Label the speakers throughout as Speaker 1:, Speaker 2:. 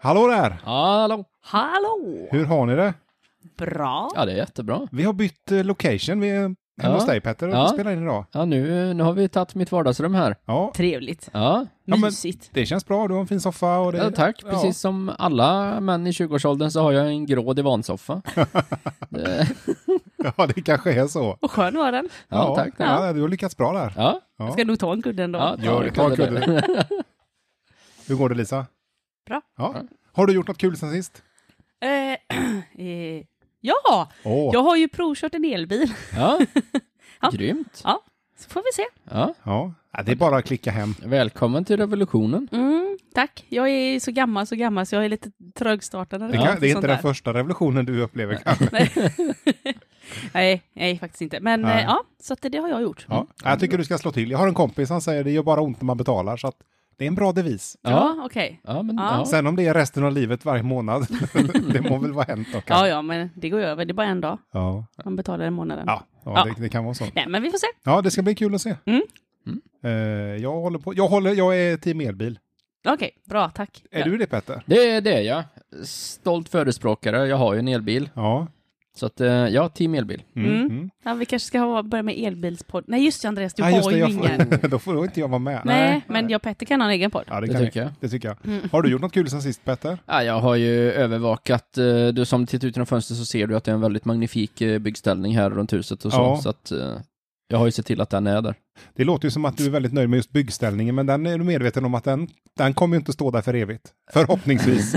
Speaker 1: Hallå där!
Speaker 2: Hallå!
Speaker 3: Hallå!
Speaker 1: Hur har ni det?
Speaker 3: Bra.
Speaker 2: Ja, det är jättebra.
Speaker 1: Vi har bytt eh, location. Vi är hemma
Speaker 2: Ja.
Speaker 1: hos dig Petter och
Speaker 2: Ja.
Speaker 1: spelar in idag.
Speaker 2: Ja, nu, nu har vi tagit mitt vardagsrum här.
Speaker 1: Ja,
Speaker 3: Trevligt.
Speaker 2: Ja,
Speaker 1: Ja, men-
Speaker 3: Mysigt.
Speaker 1: det känns bra. Du har en fin soffa och det...
Speaker 2: ja tack.
Speaker 1: ja.
Speaker 2: Precis som alla män i 20-årsåldern så har jag en grå divansoffa. Det-
Speaker 1: Ja, det kanske är så.
Speaker 3: Och skön var den.
Speaker 2: ja, tack. tack.
Speaker 1: Ja, du har lyckats bra där.
Speaker 2: Ja,
Speaker 1: Ja.
Speaker 3: Jag ska nog ta en kudde ändå.
Speaker 2: ja,
Speaker 1: Ja,
Speaker 2: det
Speaker 1: det
Speaker 2: kan
Speaker 1: tar
Speaker 2: det där.
Speaker 1: kudden. Hur går det Lisa?
Speaker 3: Bra.
Speaker 1: Ja. Har du gjort något kul sen sist?
Speaker 3: Eh, eh, ja,
Speaker 1: Åh,
Speaker 3: jag har ju provkört en elbil.
Speaker 2: Ja,
Speaker 3: Ja.
Speaker 2: grymt.
Speaker 3: Så får vi se.
Speaker 2: Ja,
Speaker 1: ja. ja. Det är bara att klicka hem.
Speaker 2: välkommen till revolutionen.
Speaker 3: Mm, tack. Jag är så gammal, så gammal, så jag är lite trögstartad. när
Speaker 1: Det,
Speaker 3: det
Speaker 1: kan,
Speaker 3: kommer
Speaker 1: det
Speaker 3: till
Speaker 1: är
Speaker 3: sånt
Speaker 1: inte den
Speaker 3: där.
Speaker 1: första revolutionen du upplever kanske.
Speaker 3: Nej, nej, faktiskt inte. Men
Speaker 1: Nej.
Speaker 3: eh, ja, så att det, det har jag gjort.
Speaker 1: Ja. Jag tycker du ska slå till. Jag har en kompis som säger det gör bara ont när man betalar. Så att det är en bra devis.
Speaker 3: Ja,
Speaker 2: Ja,
Speaker 3: okej.
Speaker 2: ja men
Speaker 3: Ja.
Speaker 2: ja.
Speaker 1: Sen om det är resten av livet varje månad, det må väl vara hänt då
Speaker 3: Ja,
Speaker 1: kanske.
Speaker 3: ja, men det går ju över. Det är bara en dag.
Speaker 1: Ja,
Speaker 3: Man betalar i månaden.
Speaker 1: ja. ja
Speaker 3: Ja.
Speaker 1: det, det kan vara så.
Speaker 3: Nej, men vi får se.
Speaker 1: Ja, det ska bli kul att se.
Speaker 3: Mm.
Speaker 2: Mm.
Speaker 1: Eh, jag håller på, jag, håller, jag är team elbil.
Speaker 3: Okej, bra, tack.
Speaker 1: Är
Speaker 3: Ja.
Speaker 1: du det Petter?
Speaker 2: Det är det jag. Stolt förespråkare. Jag har ju en elbil.
Speaker 1: Ja.
Speaker 2: Så att, eh, ja, team elbil.
Speaker 3: Mm. Ja, vi kanske ska ha, börja med elbilspodd. Nej, just det, Andreas, du
Speaker 1: Nej,
Speaker 3: har
Speaker 1: det,
Speaker 3: ju
Speaker 1: jag
Speaker 3: ingen.
Speaker 1: får, då får inte jag vara med.
Speaker 3: Nej,
Speaker 2: Nej.
Speaker 3: men jag och Petter kan ha en egen podd.
Speaker 1: Ja, det,
Speaker 2: Det
Speaker 1: kan
Speaker 2: tycker jag.
Speaker 1: Det tycker jag.
Speaker 3: Mm.
Speaker 1: Har du gjort något kul sen sist Petter?
Speaker 2: Ja, jag har ju övervakat, eh, du som tittar ut genom fönstret så ser du att det är en väldigt magnifik eh, byggställning här runt huset och så.
Speaker 1: Ja.
Speaker 2: Så att eh, jag har ju sett till att den är där.
Speaker 1: Det låter ju som att du är väldigt nöjd med just byggställningen, men den är du medveten om att den, den kommer ju inte stå där för evigt. Förhoppningsvis.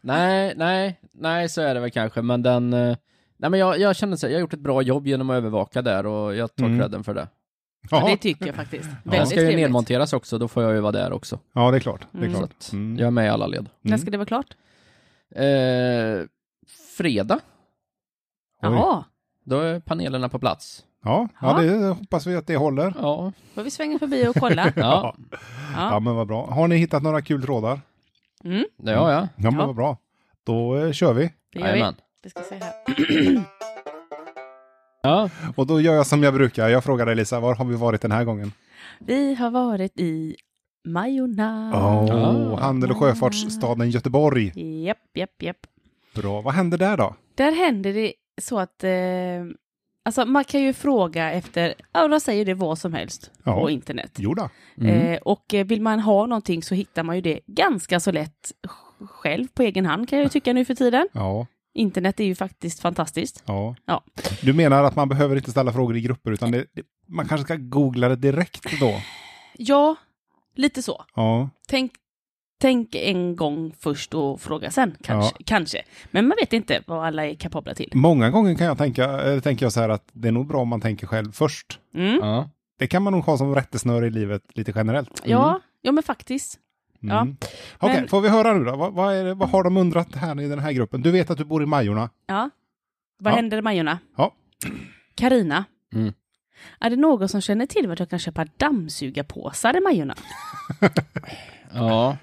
Speaker 2: Nej, nej, nej så är det väl kanske, men den... eh, Nej men jag, jag känner så här, jag har gjort ett bra jobb genom att övervaka där och jag tar
Speaker 1: Mm.
Speaker 2: credden för det.
Speaker 3: Ja, det
Speaker 1: Ja,
Speaker 3: tycker jag faktiskt.
Speaker 2: Den
Speaker 3: Väldigt
Speaker 2: ska ju
Speaker 3: trevligt.
Speaker 2: nedmonteras också, då får jag ju vara där också.
Speaker 1: ja det är klart. Det är
Speaker 3: Mm.
Speaker 2: Så
Speaker 1: klart.
Speaker 2: att
Speaker 1: Mm.
Speaker 2: jag är med i alla led.
Speaker 3: När ska det vara klart?
Speaker 2: Eh, fredag,
Speaker 1: Oj.
Speaker 3: Jaha,
Speaker 2: då är panelerna på plats.
Speaker 1: Ja, ja,
Speaker 3: Ja.
Speaker 1: det hoppas vi att det håller.
Speaker 2: Ja,
Speaker 3: får vi svänga förbi och kolla.
Speaker 2: ja,
Speaker 1: Ja,
Speaker 3: Ja.
Speaker 1: men vad bra. Har ni hittat några kul trådar?
Speaker 3: Mm,
Speaker 2: det har jag.
Speaker 1: Ja, men
Speaker 3: Ja.
Speaker 1: vad bra. Då eh, kör vi.
Speaker 3: det gör vi.
Speaker 2: Jajamän.
Speaker 3: vi ska se här.
Speaker 2: Ja,
Speaker 1: Och då gör jag som jag brukar. Jag frågar dig Lisa, var har vi varit den här gången?
Speaker 3: Vi har varit i Majorna.
Speaker 2: Mm.
Speaker 1: Åh, handel och
Speaker 3: Ah.
Speaker 1: sjöfartsstaden Göteborg.
Speaker 3: Japp, japp, japp.
Speaker 1: Bra. Vad händer där då?
Speaker 3: Där händer det så att... Eh, alltså, man kan ju fråga efter... Ja, de säger det vad som helst
Speaker 1: Ja.
Speaker 3: på internet.
Speaker 1: Jo då.
Speaker 2: mm.
Speaker 3: Eh, och eh, vill man ha någonting så hittar man ju det ganska så lätt sj- själv på egen hand kan jag ju tycka nu för tiden.
Speaker 1: Ja,
Speaker 3: Internet är ju faktiskt fantastiskt.
Speaker 1: ja.
Speaker 3: Ja.
Speaker 1: Du menar att man behöver inte ställa frågor i grupper, utan det, det, man kanske ska googla det direkt då?
Speaker 3: Ja, lite så.
Speaker 1: Ja.
Speaker 3: Tänk, tänk en gång först och fråga sen kanske.
Speaker 1: Ja.
Speaker 3: kanske. Men man vet inte vad alla är kapabla till.
Speaker 1: Många gånger kan jag tänka, eller tänker jag så här att det är nog bra om man tänker själv först.
Speaker 3: Mm.
Speaker 2: ja.
Speaker 1: Det kan man nog ha som rättesnöre i livet lite generellt.
Speaker 3: Ja, ja, men faktiskt.
Speaker 1: Mm.
Speaker 3: Ja.
Speaker 1: Okej,
Speaker 3: Men-
Speaker 1: får vi höra nu då? Vad, vad, är det, vad har de undrat här i den här gruppen? Du vet att du bor i Majorna.
Speaker 3: Ja. Vad
Speaker 1: Ja.
Speaker 3: händer i Majorna?
Speaker 1: Ja.
Speaker 3: Karina.
Speaker 2: Mm.
Speaker 3: Är det någon som känner till vart jag kan köpa dammsugarpåsar i Majorna?
Speaker 2: ja.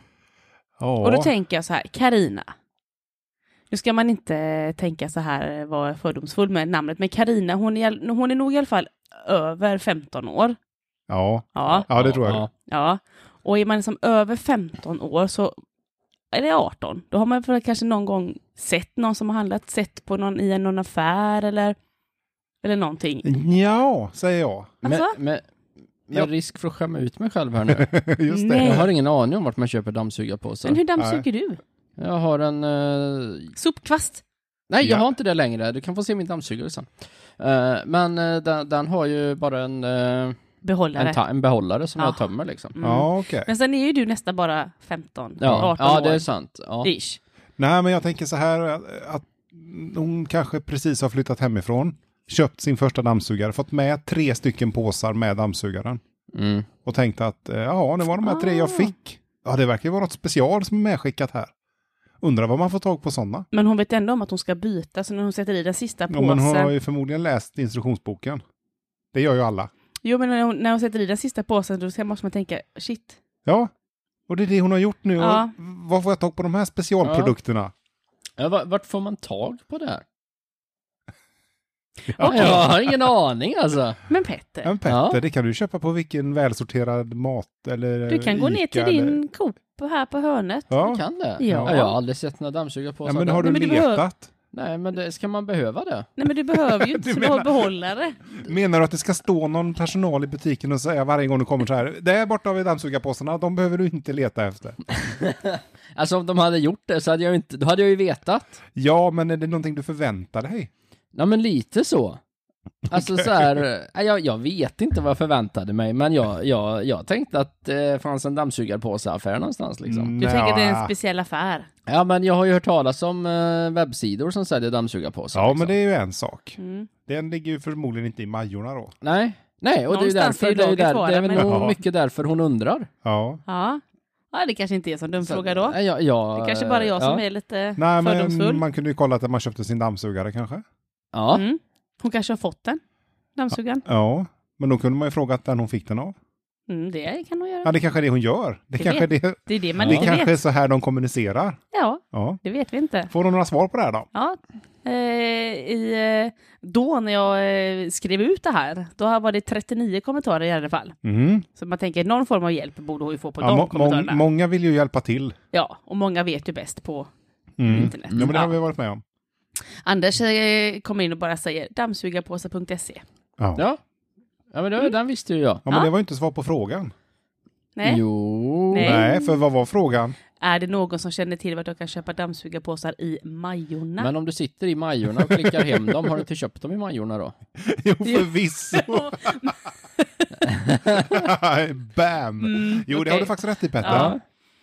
Speaker 1: Ja.
Speaker 3: Och då tänker jag så här, Karina. Nu ska man inte tänka så här, vara fördomsfull med namnet, men Karina, hon, är i all- hon är nog i alla fall över 15 år.
Speaker 1: ja.
Speaker 3: Ja,
Speaker 1: ja, det tror jag.
Speaker 2: Ja,
Speaker 3: ja. Och är man liksom över 15 år så, eller 18, då har man väl kanske någon gång sett någon som har handlat, sett på någon i någon affär eller, eller någonting.
Speaker 1: Ja, säger jag.
Speaker 2: Med,
Speaker 3: Alltså?
Speaker 2: med, med
Speaker 1: Ja.
Speaker 2: risk för att skämma ut mig själv här nu.
Speaker 1: Just det.
Speaker 2: Jag
Speaker 3: Nej.
Speaker 2: har ingen aning om vart man köper dammsugarpåsar.
Speaker 3: Men hur dammsuger du?
Speaker 2: Jag har en... eh,
Speaker 3: Sopkvast?
Speaker 2: Nej, jag
Speaker 1: Ja.
Speaker 2: har inte det längre. Du kan få se min dammsugare sen. Eh, men eh, den, den har ju bara en, eh, en,
Speaker 3: Behållare?
Speaker 2: ta- en behållare som jag
Speaker 3: Aha.
Speaker 2: tömmer liksom.
Speaker 3: Mm.
Speaker 1: Ja, okej.
Speaker 3: Men sen är ju du nästan bara 15,
Speaker 2: Ja,
Speaker 3: 18
Speaker 2: ja
Speaker 3: år.
Speaker 2: det är sant. Ja.
Speaker 3: Ish.
Speaker 1: Nej, men jag tänker så här eh, att hon kanske precis har flyttat hemifrån, köpt sin första dammsugare, fått med tre stycken påsar med dammsugaren
Speaker 2: Mm.
Speaker 1: och tänkte att eh, ja, nu var de här tre jag
Speaker 3: Ah.
Speaker 1: fick. Ja, det verkar ju vara något special som är medskickat här. Undrar vad man får tag på sådana.
Speaker 3: Men hon vet ändå om att hon ska byta, så när hon sätter i den sista
Speaker 1: Ja,
Speaker 3: påsen...
Speaker 1: men hon har ju förmodligen läst instruktionsboken. Det gör ju alla.
Speaker 3: Jo, men när hon, när hon sätter i den sista påsen, då ska- måste man tänka, shit.
Speaker 1: Ja, och det är det hon har gjort nu.
Speaker 3: Ja.
Speaker 1: Och Vad får jag tag på de här specialprodukterna?
Speaker 2: Ja, va- vart får man tag på det här? Ja, Jag har ingen aning alltså.
Speaker 3: Men Petter,
Speaker 1: Men Petter,
Speaker 2: Ja.
Speaker 1: det kan du köpa på vilken välsorterad mat eller
Speaker 3: du kan gå ner till
Speaker 1: Ica eller-
Speaker 3: din Coop här på hörnet.
Speaker 1: Ja,
Speaker 2: Jag kan det.
Speaker 3: Ja.
Speaker 2: Jag har aldrig sett några dammsugarpåsar
Speaker 1: ja men
Speaker 2: där.
Speaker 1: har du
Speaker 3: Nej, men det
Speaker 1: letat?
Speaker 2: Nej, men det, ska man behöva det?
Speaker 3: Nej men du behöver ju inte
Speaker 1: Du
Speaker 3: så du har
Speaker 1: menar-
Speaker 3: behållare.
Speaker 1: Menar du att det ska stå någon personal i butiken och säga varje gång du kommer så här, där borta har vi dammsugarpåsarna, de behöver du inte leta efter.
Speaker 2: Alltså om de hade gjort det så hade jag ju inte, då hade jag ju vetat.
Speaker 1: Ja, men är det någonting du förväntar dig?
Speaker 2: Ja, men lite så. Alltså så här, nej, jag, jag vet inte vad jag förväntade mig, men jag, jag, jag tänkte att eh, det fanns en dammsugarpåseaffär någonstans liksom.
Speaker 1: Mm.
Speaker 3: Du tänker att det är en
Speaker 1: Nja.
Speaker 3: speciell affär.
Speaker 2: Ja, men jag har ju hört talas om eh, webbsidor som säljer dammsugarpåsar.
Speaker 1: Ja,
Speaker 2: liksom.
Speaker 1: men det är ju en sak.
Speaker 3: Mm.
Speaker 1: Den ligger ju förmodligen inte i Majorna då.
Speaker 2: Nej, nej, och det är ju
Speaker 3: Någonstans
Speaker 2: därför,
Speaker 3: i
Speaker 2: det är, ju
Speaker 3: laget
Speaker 2: där,
Speaker 3: var
Speaker 2: det är
Speaker 3: det,
Speaker 2: väl
Speaker 1: men-
Speaker 2: nog
Speaker 1: Ja.
Speaker 2: mycket därför hon undrar.
Speaker 1: Ja.
Speaker 3: Ja. ja, det kanske inte är en sån dum
Speaker 2: Så-
Speaker 3: fråga då.
Speaker 2: Nej, jag, jag,
Speaker 3: Det kanske bara är jag
Speaker 2: ja.
Speaker 3: som är lite
Speaker 1: Nej,
Speaker 3: fördomsfull.
Speaker 1: men man kunde ju kolla att man köpte sin dammsugare kanske.
Speaker 2: Ja,
Speaker 3: Mm. Hon kanske har fått den, dammsugaren.
Speaker 1: Ja, men då kunde man ju frågat den hon fick den av.
Speaker 3: Mm, det kan hon
Speaker 1: Ja,
Speaker 3: göra.
Speaker 1: det kanske är det hon gör. Det,
Speaker 3: Det
Speaker 1: kanske, är det,
Speaker 3: Det är det man
Speaker 2: Ja.
Speaker 1: det
Speaker 3: inte
Speaker 1: kanske är
Speaker 3: vet.
Speaker 1: så här de kommunicerar.
Speaker 3: Ja,
Speaker 1: Ja.
Speaker 3: det vet vi inte.
Speaker 1: Får hon några svar på det här då?
Speaker 3: Ja. Eh, i, eh, då när jag eh, skrev ut det här, då var det 39 kommentarer i alla fall.
Speaker 1: Mm.
Speaker 3: Så man tänker, någon form av hjälp borde hon ju få på
Speaker 1: Ja,
Speaker 3: de
Speaker 1: må, må,
Speaker 3: kommentarerna.
Speaker 1: många vill ju hjälpa till.
Speaker 3: ja, och många vet ju bäst på
Speaker 1: Mm.
Speaker 3: internet.
Speaker 1: Ja, men det har
Speaker 3: Ja.
Speaker 1: vi varit med om.
Speaker 3: Anders eh, kommer in och bara säger dammsugarpåse.se.
Speaker 1: Ja. Ja.
Speaker 2: ja. ja men det,
Speaker 3: Mm.
Speaker 2: den visste ju jag.
Speaker 1: men
Speaker 3: Ja.
Speaker 1: det var ju inte svar på frågan.
Speaker 3: Nej.
Speaker 2: Jo.
Speaker 3: Nej.
Speaker 1: Nej, för vad var frågan?
Speaker 3: Är det någon som känner till vart jag kan köpa dammsugarpåsar i Majorna?
Speaker 2: Men om du sitter i Majorna och klickar hem dem, har du inte köpt dem i Majorna då?
Speaker 1: Jo, förvisso. Bam! jo, det har
Speaker 3: Mm, okej.
Speaker 1: du faktiskt rätt i Petter.
Speaker 2: Ja.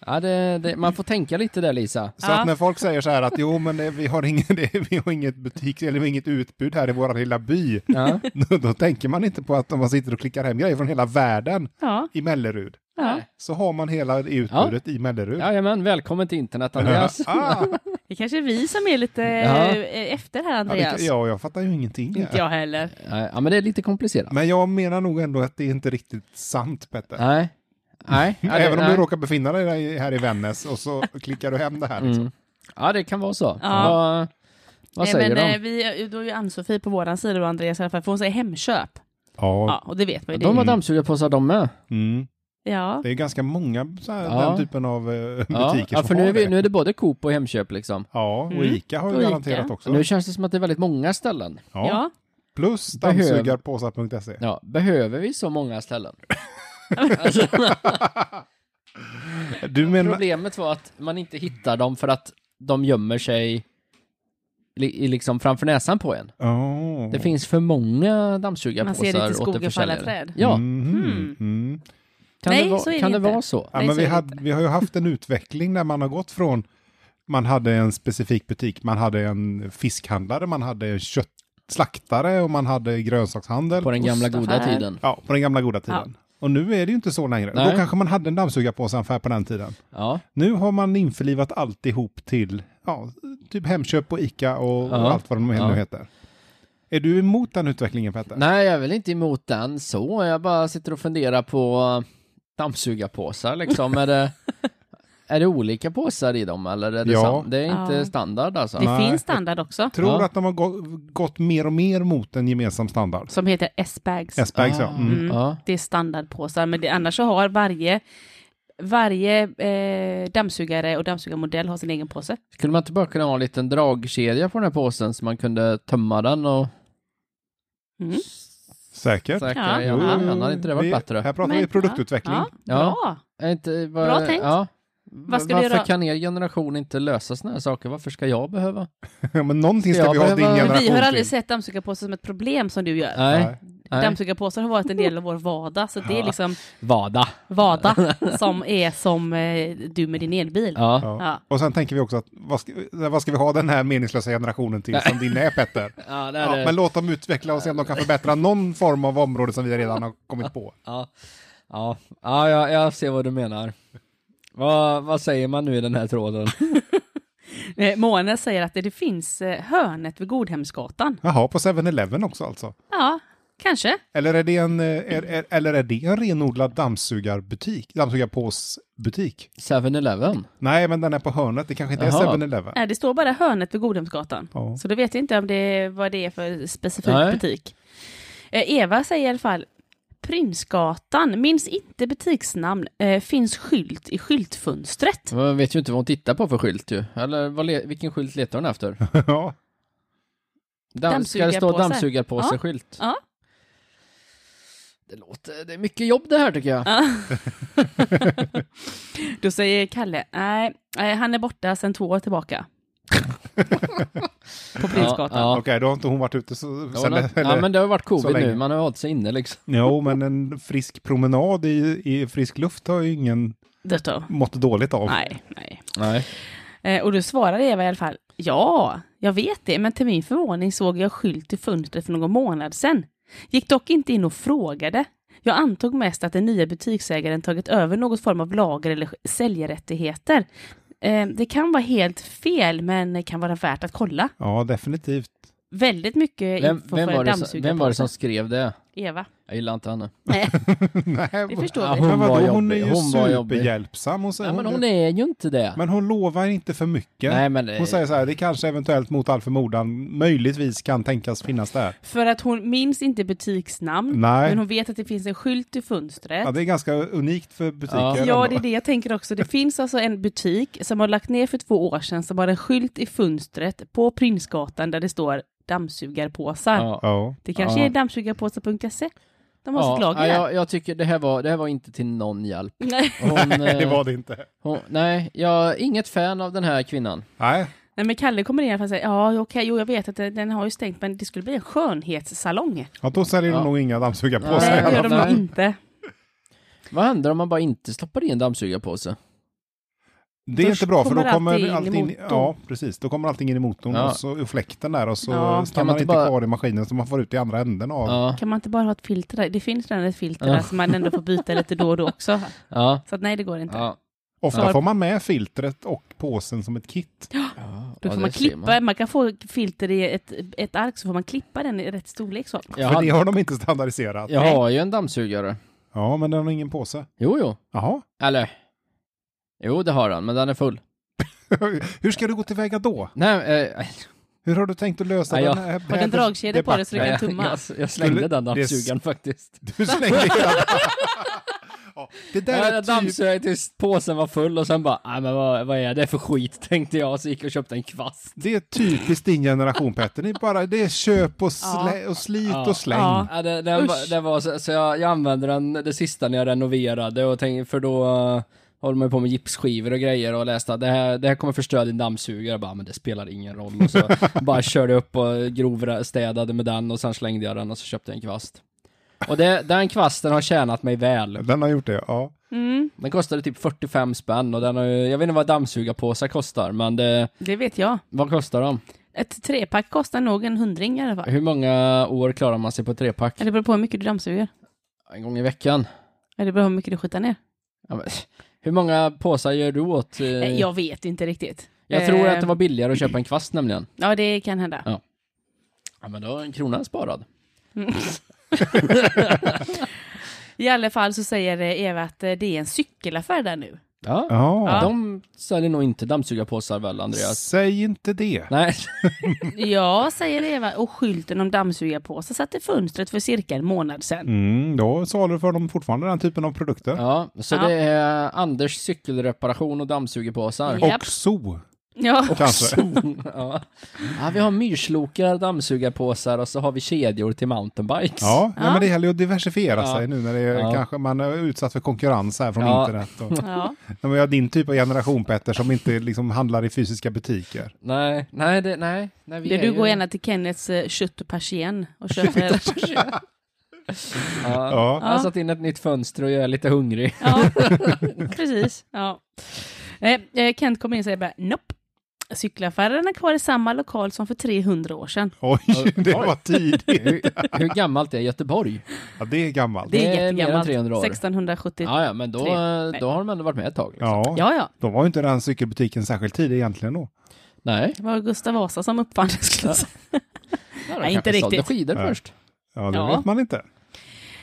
Speaker 2: ja det, det, man får tänka lite där Lisa.
Speaker 1: Så
Speaker 3: Ja.
Speaker 1: att när folk säger så här att jo, men det, vi, har ingen, det, vi har inget butik eller vi har inget utbud här i vår lilla by.
Speaker 2: Ja.
Speaker 1: Då, då tänker man inte på att om man sitter och klickar hem grejer från hela världen
Speaker 3: Ja,
Speaker 1: i Mellerud.
Speaker 3: ja.
Speaker 1: Så har man hela utbudet i Mellerud.
Speaker 2: Jajamän, välkommen till internet Andreas.
Speaker 1: Ah,
Speaker 3: Det kanske är vi som är lite
Speaker 2: Ja.
Speaker 3: eh, efter här,
Speaker 1: ja, det,
Speaker 3: Andreas.
Speaker 1: ja, jag fattar ju ingenting.
Speaker 3: Inte jag heller.
Speaker 2: Ja, men det är lite komplicerat.
Speaker 1: Men jag menar nog ändå att det är inte riktigt sant, Petter.
Speaker 2: Nej. Nej. Ja, det-
Speaker 1: Även om du
Speaker 2: nej.
Speaker 1: råkar befinna dig där- här i Vännäs och så klickar du hem det här. Liksom.
Speaker 2: Mm. Ja, det kan vara så.
Speaker 3: Ja.
Speaker 2: Vad, vad
Speaker 3: Nej,
Speaker 2: säger
Speaker 3: men, eh,
Speaker 2: de?
Speaker 3: Vi, då är ju Ann-Sofie på våran sida och Andreas i alla fall, för hon säger Hemköp. Ja,
Speaker 1: Ja,
Speaker 3: och det vet man ju.
Speaker 2: De
Speaker 3: det.
Speaker 2: har dammsugarpåsar de med.
Speaker 1: mm.
Speaker 3: Ja.
Speaker 1: det är ganska många så här,
Speaker 2: Ja.
Speaker 1: den typen av eh, butiker
Speaker 2: Ja, ja,
Speaker 1: som
Speaker 2: för nu
Speaker 1: har
Speaker 2: är, vi,
Speaker 1: det.
Speaker 2: nu är det både Coop och Hemköp liksom.
Speaker 1: Ja, och
Speaker 3: Mm.
Speaker 1: Ica har ju
Speaker 3: Och Ica.
Speaker 1: garanterat också.
Speaker 2: Nu känns det som att det är väldigt många ställen.
Speaker 1: ja.
Speaker 3: Ja.
Speaker 1: Plus
Speaker 2: Behöver-
Speaker 1: dammsugarpåsar.se.
Speaker 2: Ja, behöver vi så många ställen? Alltså,
Speaker 1: Du menar...
Speaker 2: Problemet var att man inte hittar dem för att de gömmer sig li- i liksom framför näsan på en.
Speaker 1: Oh.
Speaker 3: Mm.
Speaker 2: Det finns för många
Speaker 3: Man ser lite
Speaker 2: dammsugarpåsar
Speaker 3: skog
Speaker 2: åt
Speaker 3: i
Speaker 2: en
Speaker 3: falla
Speaker 2: försäljare.
Speaker 3: träd.
Speaker 2: Ja,
Speaker 1: Mhm. Mm.
Speaker 2: kan,
Speaker 3: Nej,
Speaker 2: det, va-
Speaker 3: så är det
Speaker 2: kan det
Speaker 3: inte.
Speaker 2: vara så?
Speaker 1: Ja,
Speaker 3: Nej,
Speaker 1: men
Speaker 3: så
Speaker 1: vi,
Speaker 3: är det
Speaker 1: hade, vi har ju haft en utveckling där man har gått från, man hade en specifik butik, man hade en fiskhandlare, man hade en köttslaktare och man hade grönsakshandel.
Speaker 2: På den gamla goda
Speaker 3: Ostaffär.
Speaker 2: tiden.
Speaker 1: Ja, på den gamla goda tiden. Och nu är det ju inte så längre.
Speaker 2: Nej.
Speaker 1: Då kanske man hade en dammsugarpåseaffär på den tiden.
Speaker 2: Ja,
Speaker 1: Nu har man införlivat alltihop till ja, typ Hemköp och Ica och,
Speaker 2: Ja.
Speaker 1: och allt vad de nu
Speaker 2: Ja.
Speaker 1: heter. Är du emot den utvecklingen Petter?
Speaker 2: Nej, jag är väl inte emot den så. Jag bara sitter och funderar på dammsugarpåsar liksom. är, det, är det olika påsar i dem eller är det,
Speaker 1: Ja.
Speaker 2: sam- det är inte
Speaker 3: Ja.
Speaker 2: standard alltså?
Speaker 3: Det
Speaker 1: Nej.
Speaker 3: finns standard också,
Speaker 1: Tror
Speaker 2: Ja.
Speaker 1: att de har gå- gått mer och mer mot en gemensam standard?
Speaker 3: som heter S-bags.
Speaker 1: S-bags
Speaker 2: Ah.
Speaker 1: ja. Mm.
Speaker 3: Mm.
Speaker 2: Ja.
Speaker 3: Det är standardpåsar, men det, annars så har varje, varje eh, dammsugare och dammsugarmodell har sin egen påse.
Speaker 2: Skulle man inte bara kunna ha en liten dragkedja på den här påsen så man kunde tömma den och
Speaker 3: Mm.
Speaker 1: Säkert. Mm.
Speaker 2: säkra
Speaker 3: Ja.
Speaker 2: igen
Speaker 3: Jo, jo,
Speaker 2: den? Hade inte det varit
Speaker 1: vi,
Speaker 2: bättre?
Speaker 1: Här pratar
Speaker 3: Men-
Speaker 1: vi produktutveckling.
Speaker 3: Ja,
Speaker 2: Ja.
Speaker 3: bra.
Speaker 2: Är Inte, vad-
Speaker 3: Bra tänkt.
Speaker 2: Ja.
Speaker 3: ska vi
Speaker 2: Varför
Speaker 3: göra?
Speaker 2: kan er generation inte lösa såna här saker? Varför ska jag behöva?
Speaker 1: Men någonting ska
Speaker 2: Jag
Speaker 1: vi ha din
Speaker 2: behöver-
Speaker 1: generation
Speaker 3: Vi har aldrig
Speaker 1: till.
Speaker 3: sett dammsugarpåsar som ett problem som du gör.
Speaker 2: Nej. Nej.
Speaker 3: Dammsugarpåsar har varit en del av vår vardag, så det är
Speaker 2: Ja.
Speaker 3: liksom
Speaker 2: Vada.
Speaker 3: vardag som är som eh, du med din elbil.
Speaker 2: Ja.
Speaker 1: Ja.
Speaker 3: Ja.
Speaker 1: Och sen tänker vi också att vad ska, vad ska vi ha den här meningslösa generationen till som din är Petter?
Speaker 2: Ja, det
Speaker 1: Ja,
Speaker 2: är det.
Speaker 1: men låt dem utveckla och se om de kan förbättra någon form av område som vi redan har kommit på.
Speaker 2: Ja, ja, ja jag, jag ser vad du menar. Vad, vad säger man nu i den här tråden?
Speaker 3: Eh, Mona säger att det, det finns eh, hörnet vid Godhemsgatan.
Speaker 1: Jaha, på 7-Eleven också alltså.
Speaker 3: Ja, Kanske.
Speaker 1: Eller är det en, eh, är, är, eller är det en renodlad dammsugarbutik? Dammsugarpåsbutik?
Speaker 2: 7-Eleven?
Speaker 1: Nej, men den är på hörnet. Det kanske inte
Speaker 2: Jaha.
Speaker 1: är 7-Eleven.
Speaker 3: Nej, Eh, det står bara hörnet vid Godhemsgatan.
Speaker 1: Ja.
Speaker 3: Så då vet jag inte om det, vad det är för specifik
Speaker 2: Nej.
Speaker 3: butik. Eh, Eva säger i alla fall Prinsgatan, minns inte butiksnamn, eh, finns skylt i skyltfönstret.
Speaker 2: Man vet ju inte vad hon tittar på för skylt ju. Eller vad le- vilken skylt letar hon efter?
Speaker 1: ja.
Speaker 2: Damm- ska det stå
Speaker 3: Dammsugarpåse.
Speaker 2: dammsugarpåse-skylt?
Speaker 3: Ja.
Speaker 2: Det låter... Det är mycket jobb det här tycker jag.
Speaker 3: Då säger Kalle, nej, nej, han är borta sedan två år tillbaka. På Prinsgatan.
Speaker 2: Ja.
Speaker 1: Okej, då har inte hon varit ute så,
Speaker 2: Ja,
Speaker 1: sen,
Speaker 2: men-
Speaker 1: eller,
Speaker 2: ja, men det har varit
Speaker 1: så
Speaker 2: covid
Speaker 1: länge.
Speaker 2: nu. Man har hållit sig inne liksom.
Speaker 1: Jo, men en frisk promenad i, i frisk luft har ju ingen
Speaker 3: Dött då.
Speaker 1: mått dåligt av.
Speaker 3: Nej, nej.
Speaker 2: Nej.
Speaker 3: Eh, och då svarar Eva i alla fall, ja, jag vet det, men till min förvåning såg jag skylt i fönstret för någon månad sedan. Gick dock inte in och frågade. Jag antog mest att den nya butiksägaren tagit över något form av lager eller säljarrättigheter. Eh, det kan vara helt fel, men kan vara värt att kolla.
Speaker 1: Ja, definitivt.
Speaker 3: Väldigt mycket
Speaker 2: Vem,
Speaker 3: info
Speaker 2: vem,
Speaker 3: för
Speaker 2: var det som,
Speaker 3: dammsugare.
Speaker 2: vem var det som skrev det?
Speaker 3: Eva.
Speaker 2: Jag gillar inte henne.
Speaker 3: Nej,
Speaker 1: Nej,
Speaker 3: det förstår
Speaker 2: Ja,
Speaker 3: vi.
Speaker 2: hon
Speaker 1: men vadå,
Speaker 2: var
Speaker 1: hon,
Speaker 2: jobbig.
Speaker 1: är ju
Speaker 2: Hon var jobbig.
Speaker 1: superhjälpsam. Hon säger,
Speaker 2: Nej, men
Speaker 1: hon
Speaker 2: hon är ju inte det.
Speaker 1: men hon lovar inte för mycket.
Speaker 2: Nej, men... eh,
Speaker 1: Hon säger så här, det kanske eventuellt mot all förmodan möjligtvis kan tänkas finnas där.
Speaker 3: För att hon minns inte butiksnamn,
Speaker 1: Nej.
Speaker 3: men hon vet att det finns en skylt i fönstret.
Speaker 1: Ja, det är ganska unikt för butiker.
Speaker 2: Ja.
Speaker 1: ändå.
Speaker 3: Ja, det är det jag tänker också. Det finns alltså en butik som har lagt ner för två år sedan som har en skylt i fönstret på Prinsgatan där det står dammsugarpåsar.
Speaker 2: ja.
Speaker 1: Ja.
Speaker 3: Det kanske
Speaker 2: Ja.
Speaker 3: är dammsugarpåsar.se. De har sitt lager
Speaker 2: ja,
Speaker 3: där.
Speaker 2: jag, jag tycker det här, var, det här var inte till någon hjälp.
Speaker 3: Nej.
Speaker 2: Hon,
Speaker 1: Nej, det
Speaker 2: eh,
Speaker 1: var det inte.
Speaker 2: hon, nej, jag är inget fan av den här kvinnan.
Speaker 1: Nej,
Speaker 3: Nej, men Kalle kommer in i alla fall och säger ja, okej, jo, jag vet att den- den har ju stängt, men det skulle bli en skönhetssalong.
Speaker 1: ja, då säljer de
Speaker 2: Ja.
Speaker 1: nog inga dammsugarpåsar.
Speaker 3: Nej,
Speaker 1: i
Speaker 3: det
Speaker 1: alla
Speaker 3: gör de
Speaker 1: fall.
Speaker 3: nog
Speaker 2: Nej.
Speaker 3: inte.
Speaker 2: Vad händer om man bara inte stoppar i en dammsugarpåse?
Speaker 1: Det är
Speaker 3: Först
Speaker 1: inte bra, för då
Speaker 3: kommer
Speaker 1: kommer
Speaker 3: allting in i
Speaker 1: allting in,
Speaker 3: motorn.
Speaker 1: ja, precis, då kommer allting in i motorn
Speaker 2: Ja.
Speaker 1: och, så, och fläkten där och så
Speaker 3: Ja. Kan
Speaker 1: stannar
Speaker 2: man
Speaker 1: man
Speaker 2: inte
Speaker 1: inte
Speaker 2: bara-
Speaker 1: kvar i maskinen så man får ut i andra änden av.
Speaker 2: Ja,
Speaker 3: Kan man inte bara ha ett filter där? Det finns redan ett filter
Speaker 2: Ja.
Speaker 3: där som man ändå får byta lite då och då också.
Speaker 2: ja,
Speaker 3: Så att nej, det går inte.
Speaker 2: ja.
Speaker 1: Ofta
Speaker 2: Ja.
Speaker 1: får man med filtret och påsen som ett kit.
Speaker 2: ja
Speaker 3: Då får
Speaker 2: det
Speaker 3: man
Speaker 2: ser
Speaker 3: klippa, man. kan få filter i ett, ett ark så får man klippa den i rätt storlek så.
Speaker 2: Jag,
Speaker 1: För det
Speaker 2: har,
Speaker 1: har de inte standardiserat.
Speaker 2: jag har ju en dammsugare.
Speaker 1: Ja, men den har ingen påse.
Speaker 2: Jo, jo.
Speaker 1: Jaha,
Speaker 2: Eller? Jo, det har han, men den är full.
Speaker 1: hur ska du gå tillväga då?
Speaker 2: Nej, eh,
Speaker 1: Hur har du tänkt att lösa
Speaker 2: Ja, jag-
Speaker 1: den här?
Speaker 3: Har du en dragkedja på dig så du
Speaker 2: nej,
Speaker 3: kan
Speaker 2: jag,
Speaker 3: tumma?
Speaker 2: jag, jag slängde
Speaker 1: Skulle-
Speaker 2: den
Speaker 1: det är s-
Speaker 2: dammsugaren faktiskt.
Speaker 1: Du slängde hela... ja, det där
Speaker 2: Jag
Speaker 1: är typ...
Speaker 2: dammsög tills påsen var full och sen bara, nej men vad, vad är det för skit tänkte jag, så gick jag och köpte en kvast.
Speaker 1: Det är typiskt din generation Petter. Det är bara det är köp och, slä, och slit
Speaker 2: Ja.
Speaker 1: och släng.
Speaker 3: Ja.
Speaker 2: Ja, det, den
Speaker 3: Usch.
Speaker 2: var- det var, så, så jag, jag använde den det sista när jag renoverade och tänkte, för då uh, håller man ju på med gipsskivor och grejer och läste att det här, det här kommer förstöra din dammsugare. Jag bara, "Ah, men det spelar ingen roll. Och så bara körde jag upp och grovstädade med den och sen slängde jag den och så köpte jag en kvast. Och det, den kvasten har tjänat mig väl.
Speaker 1: Den har gjort det, ja.
Speaker 3: Mm,
Speaker 2: Den kostade typ 45 spänn och den har ju, jag vet inte vad dammsugarpåsar kostar, men det,
Speaker 3: det vet jag.
Speaker 2: vad kostar de?
Speaker 3: Ett trepack kostar nog en hundring i alla fall.
Speaker 2: Hur många år klarar man sig på ett trepack?
Speaker 3: Eller beror på hur mycket du dammsuger.
Speaker 2: En gång i veckan?
Speaker 3: Eller beror på hur mycket du skitar ner.
Speaker 2: Ja, men, hur många påsar gör du åt? eh,
Speaker 3: Eh, Jag vet inte riktigt.
Speaker 2: jag tror
Speaker 3: eh,
Speaker 2: att det var billigare att köpa en kvast nämligen.
Speaker 3: Ja, det kan hända.
Speaker 2: Ja. Ja, men då är en krona sparad.
Speaker 3: I alla fall så säger eh, Eva att eh, det är en cykelaffär där nu.
Speaker 2: Ja.
Speaker 1: Ja.
Speaker 2: De säljer nog inte dammsugarpåsar väl, Andreas?
Speaker 1: Säg inte det.
Speaker 2: Nej.
Speaker 3: Ja, säger Eva. Och skylten om dammsugarpåsar satt i fönstret för cirka en månad sedan.
Speaker 1: Mm, då saluför de fortfarande den typen av produkter.
Speaker 2: Ja, så
Speaker 3: Ja.
Speaker 2: det är Anders cykelreparation och dammsugarpåsar.
Speaker 3: Ja. japp.
Speaker 1: Och so.
Speaker 3: Ja.
Speaker 1: Kanske.
Speaker 2: ja. ja, vi har myrslokar, dammsugarpåsar och så har vi kedjor till mountainbikes.
Speaker 1: Ja,
Speaker 3: Ja.
Speaker 1: ja, men det gäller ju att diversifiera
Speaker 2: Ja.
Speaker 1: sig nu när det är,
Speaker 2: Ja.
Speaker 1: kanske man är utsatt för konkurrens här från
Speaker 2: Ja.
Speaker 1: internet. Och,
Speaker 3: Ja.
Speaker 1: när man har din typ av generation Petter som inte liksom handlar i fysiska butiker.
Speaker 2: Nej, nej, det, nej. nej vi
Speaker 3: Det
Speaker 2: är
Speaker 3: du
Speaker 2: ju-
Speaker 3: går gärna till Kennets eh, kött och persien och köper...
Speaker 2: Ja.
Speaker 1: Ja.
Speaker 2: Jag har satt in ett nytt fönster och jag är lite hungrig.
Speaker 3: Ja, precis. Ja. Eh, eh, Kent kommer in och säger bara nope. Cykelaffären är kvar i samma lokal som för 300 år sedan.
Speaker 1: Oj, det var tidigt.
Speaker 2: Hur, hur gammalt är Göteborg?
Speaker 1: Ja, det är gammalt.
Speaker 3: Det är,
Speaker 2: Det är mer än
Speaker 3: jättegammalt.
Speaker 2: 300 år.
Speaker 3: 1670. Ja,
Speaker 2: Ja, ja, men då,
Speaker 3: Tre. Nej.
Speaker 2: då har de ändå varit med ett tag. Liksom.
Speaker 1: Ja,
Speaker 3: ja.
Speaker 1: då var ju inte den cykelbutiken särskilt tidig egentligen då.
Speaker 2: Nej,
Speaker 3: Det var Gustav Vasa som uppfann det. skulle jag säga.
Speaker 2: ja, de
Speaker 3: Nej,
Speaker 2: kanske
Speaker 3: inte
Speaker 2: sålde
Speaker 3: riktigt.
Speaker 2: skidor
Speaker 1: Nej.
Speaker 2: först.
Speaker 1: Ja, det
Speaker 3: Ja.
Speaker 1: vet man inte.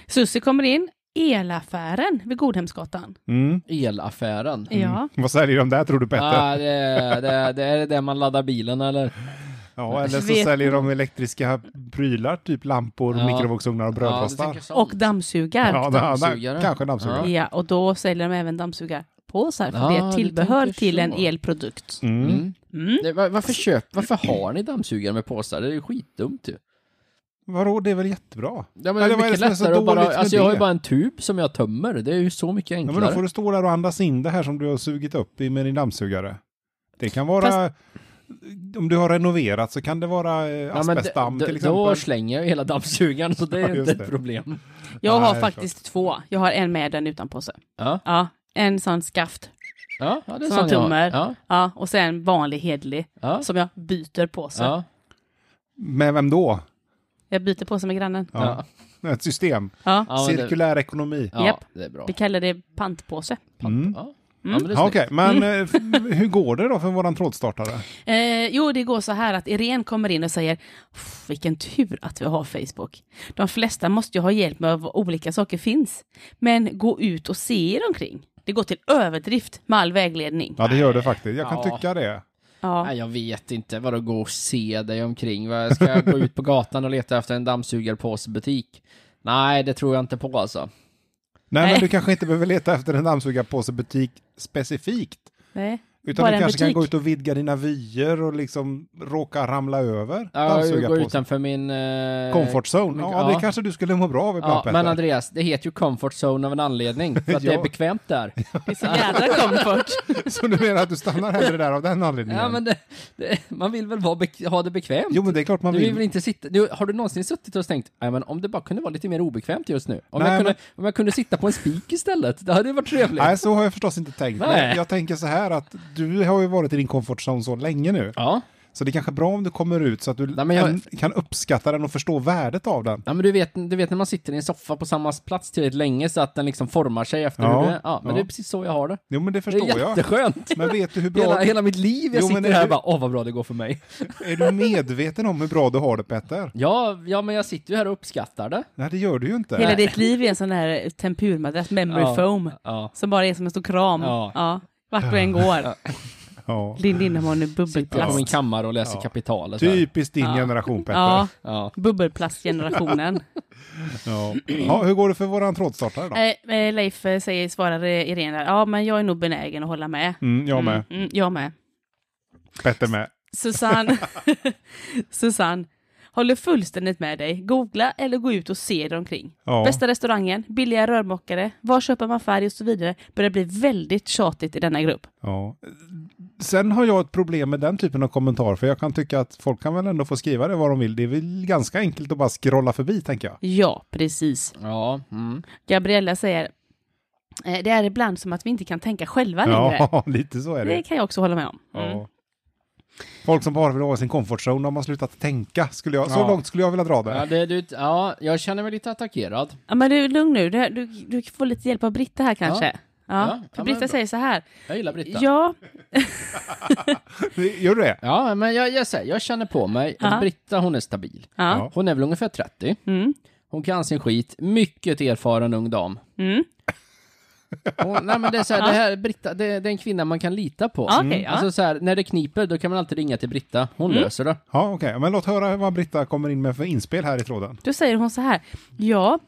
Speaker 3: Sussi kommer in, elaffären vid Godhemsgatan.
Speaker 1: Mm.
Speaker 2: Elaffären.
Speaker 3: Ja.
Speaker 1: Vad säljer de där tror du Petter?
Speaker 2: Ah, det, det, det är det där man laddar bilen eller?
Speaker 1: Ja, eller så
Speaker 3: Vet-
Speaker 1: säljer de elektriska prylar, typ lampor,
Speaker 2: Ja.
Speaker 1: mikrovågsugnar och
Speaker 2: Ja, du
Speaker 1: brödrostar.
Speaker 2: tänker sånt.
Speaker 3: Och dammsugare.
Speaker 1: Ja, na- na-
Speaker 2: dammsugare.
Speaker 1: kanske dammsugare.
Speaker 3: Ja, och då säljer de även dammsugarpåsar, för
Speaker 2: Ja,
Speaker 3: det
Speaker 2: du
Speaker 3: är tillbehör
Speaker 2: tänker
Speaker 3: till en
Speaker 2: så.
Speaker 3: elprodukt.
Speaker 1: Mm.
Speaker 2: Mm.
Speaker 3: Mm.
Speaker 2: Det, var- varför, köp, varför har ni dammsugare med påsar? Det är ju skitdumt ju.
Speaker 1: Vadå, det är väl jättebra?
Speaker 2: Ja, men
Speaker 1: Eller
Speaker 2: det är
Speaker 1: vad är
Speaker 2: mycket
Speaker 1: det som är
Speaker 2: lättare
Speaker 1: så
Speaker 2: att bara,
Speaker 1: dåligt med
Speaker 2: alltså jag har ju
Speaker 1: det?
Speaker 2: bara en tub som jag tömmer. Det är ju så mycket
Speaker 1: Ja,
Speaker 2: enklare.
Speaker 1: men då får du stå där och andas in det här som du har sugit upp i med din dammsugare. Det kan vara... Om du har renoverat så kan det vara eh,
Speaker 2: Ja, men
Speaker 1: asbestdamm
Speaker 2: d-
Speaker 1: till
Speaker 2: d-
Speaker 1: exempel.
Speaker 2: Då slänger jag ju hela dammsugaren så det
Speaker 1: Ja,
Speaker 2: är
Speaker 1: just
Speaker 2: inte ett
Speaker 1: det.
Speaker 2: problem.
Speaker 3: Jag
Speaker 1: Nej,
Speaker 3: har
Speaker 1: det är
Speaker 3: faktiskt två. Jag har en med den utan påse.
Speaker 2: Ja,
Speaker 3: Ja, en sån skaft.
Speaker 2: ja, ja det är
Speaker 3: Som
Speaker 2: sån
Speaker 3: en
Speaker 2: jag har.
Speaker 3: tummer.
Speaker 2: Ja,
Speaker 3: Ja, och sen vanlig hedlig
Speaker 2: ja,
Speaker 3: som jag byter påse.
Speaker 2: ja,
Speaker 1: Med vem då?
Speaker 3: Jag byter påse med grannen.
Speaker 1: Ja. Ett system.
Speaker 3: Ja,
Speaker 2: ja, men det,
Speaker 1: Cirkulär ekonomi.
Speaker 2: ja,
Speaker 3: Japp.
Speaker 2: det är bra.
Speaker 3: vi kallar det pantpåse.
Speaker 1: Mm.
Speaker 2: Ja. Ja, men det Mm. är
Speaker 1: Ja,
Speaker 2: snyggt.
Speaker 1: Okej, men eh, f- hur går det då för våran trådstartare?
Speaker 3: Eh, jo, det går så här att Irene kommer in och säger "Pff, vilken tur att vi har Facebook. De flesta måste ju ha hjälp med vad olika saker finns. Men gå ut och se er omkring. Det går till överdrift med all vägledning.
Speaker 1: Ja, det gör det faktiskt. Jag kan
Speaker 2: Ja.
Speaker 1: tycka det.
Speaker 3: Ja,
Speaker 2: Nej, jag vet inte. Vadå gå och se dig omkring? Vad, Ska jag gå ut på gatan och leta efter en dammsugarpåsebutik? Nej, det tror jag inte på alltså.
Speaker 1: Nej, men
Speaker 3: Nej.
Speaker 1: du kanske inte behöver leta efter en dammsugarpåsebutik specifikt.
Speaker 3: nej.
Speaker 1: Utan
Speaker 3: Bara
Speaker 1: du
Speaker 3: en
Speaker 1: kanske kan
Speaker 3: butik.
Speaker 1: gå ut och vidga dina vyer och liksom råka ramla över
Speaker 2: Jag går
Speaker 1: dammsugarpåsen.
Speaker 2: utanför min... Eh,
Speaker 1: Comfort zone.
Speaker 2: min-
Speaker 1: Ja, det kanske du skulle må bra av ibland,
Speaker 2: Ja,
Speaker 1: Petter.
Speaker 2: men Andreas, det heter ju comfort zone av en anledning. För att det
Speaker 1: Ja.
Speaker 2: är bekvämt där.
Speaker 3: Det är så jädra komfort.
Speaker 1: Så du menar att du stannar hellre där av den anledningen?
Speaker 2: Ja, men det, det, man vill väl vara bek- ha det bekvämt?
Speaker 1: Mm. Jo, men det är klart man
Speaker 2: Du vill
Speaker 1: vill.
Speaker 2: väl inte sitta... Du, har du någonsin suttit och tänkt "Nej, men om det bara kunde vara lite mer obekvämt just nu? Om,
Speaker 1: Nej,
Speaker 2: jag, kunde, om jag kunde sitta på en spik istället? Det hade ju varit trevligt.
Speaker 1: Nej, så har jag förstås inte tänkt. Men
Speaker 2: Nej.
Speaker 1: jag tänker så här att du har ju varit i din comfort zone så länge nu.
Speaker 2: Ja.
Speaker 1: Så det är kanske är bra om du kommer ut så att du
Speaker 2: Nej, men jag-
Speaker 1: en- kan uppskatta den och förstå värdet av den.
Speaker 2: Ja men du vet, du vet när man sitter i en soffa på samma plats tillräckligt länge så att den liksom formar sig efter
Speaker 1: Ja,
Speaker 2: hur det är. Ja, men
Speaker 1: ja.
Speaker 2: det är precis så jag har det.
Speaker 1: Jo, men det
Speaker 2: Det är
Speaker 1: förstår jag.
Speaker 2: jätteskönt!
Speaker 1: Men vet du hur bra...
Speaker 2: Hela, hela mitt liv jag
Speaker 1: Jo, men
Speaker 2: sitter
Speaker 1: är
Speaker 2: här
Speaker 1: du-
Speaker 2: och bara åh vad bra det går för mig.
Speaker 1: Är du medveten om hur bra du har det, Petter?
Speaker 2: Ja, ja men jag sitter ju här och uppskattar det.
Speaker 1: Nej, det gör du ju inte.
Speaker 3: Hela ditt liv är en sån här eh, tempurmadrass, memory
Speaker 2: Ja.
Speaker 3: foam,
Speaker 2: Ja.
Speaker 3: som bara är som en stor kram.
Speaker 2: Ja.
Speaker 3: Ja. Vart du än går.
Speaker 1: Ja.
Speaker 3: Lind Lindholm är
Speaker 2: Sitter på min
Speaker 3: bubbelplast.
Speaker 2: kammare och läser
Speaker 1: Ja. Typ.
Speaker 2: kapitalet. här.
Speaker 1: Typiskt din generation, Petter.
Speaker 3: Ja,
Speaker 2: Ja.
Speaker 3: bubbelplastgenerationen.
Speaker 1: Ja. ja, hur går det för våran trådstartare då?
Speaker 3: Eh, eh, Leif eh, säger, svarar eh, Irene, där, ja men jag är nog benägen att hålla med.
Speaker 1: Mm, jag med.
Speaker 3: Mm, mm, jag med.
Speaker 1: Petter med.
Speaker 3: Susanne, Susanne, håller fullständigt med dig. Googla eller gå ut och se dig omkring.
Speaker 1: Ja.
Speaker 3: Bästa restaurangen, billiga rörmokare, var köper man färg och så vidare börjar bli väldigt tjatigt i denna grupp.
Speaker 1: Ja. Sen har jag ett problem med den typen av kommentar, för jag kan tycka att folk kan väl ändå få skriva det vad de vill. Det är väl ganska enkelt att bara scrolla förbi, tänker jag.
Speaker 3: Ja, precis.
Speaker 2: Ja, mm.
Speaker 3: Gabriella säger, eh, det är ibland som att vi inte kan tänka själva längre.
Speaker 1: Ja, lite så är det.
Speaker 3: Det kan jag också hålla med om. Mm.
Speaker 1: Ja. Folk som bara vill vara i sin comfortzone, de har slutat tänka. Skulle jag, så
Speaker 2: Ja.
Speaker 1: långt skulle jag vilja dra det.
Speaker 2: ja, det, du, ja jag känner mig lite attackerad.
Speaker 3: Ja, men du, lugn nu. Du, du, du får lite hjälp av Britta här kanske. Ja.
Speaker 2: Ja, ja,
Speaker 3: För
Speaker 2: men
Speaker 3: Britta
Speaker 2: bra.
Speaker 3: säger så här.
Speaker 2: Jag gillar Britta.
Speaker 3: Ja,
Speaker 1: Gör du det?
Speaker 2: Ja, men jag, jag, säger, jag känner på mig.
Speaker 3: Ja.
Speaker 2: Britta, hon är stabil.
Speaker 3: ja.
Speaker 2: Hon är väl ungefär 30.
Speaker 3: Mm,
Speaker 2: Hon kan sin skit. Mycket erfaren ung dam.
Speaker 3: mm.
Speaker 2: Hon, nej men det är så här, det här Britta, det, det är en kvinna man kan lita på.
Speaker 3: Ja, okej, ja.
Speaker 2: Alltså så här, när det kniper, då kan man alltid ringa till Britta. Hon löser det.
Speaker 1: Ja, okej. Men låt höra vad Britta kommer in med för inspel här i tråden.
Speaker 3: Då säger hon så här. Ja,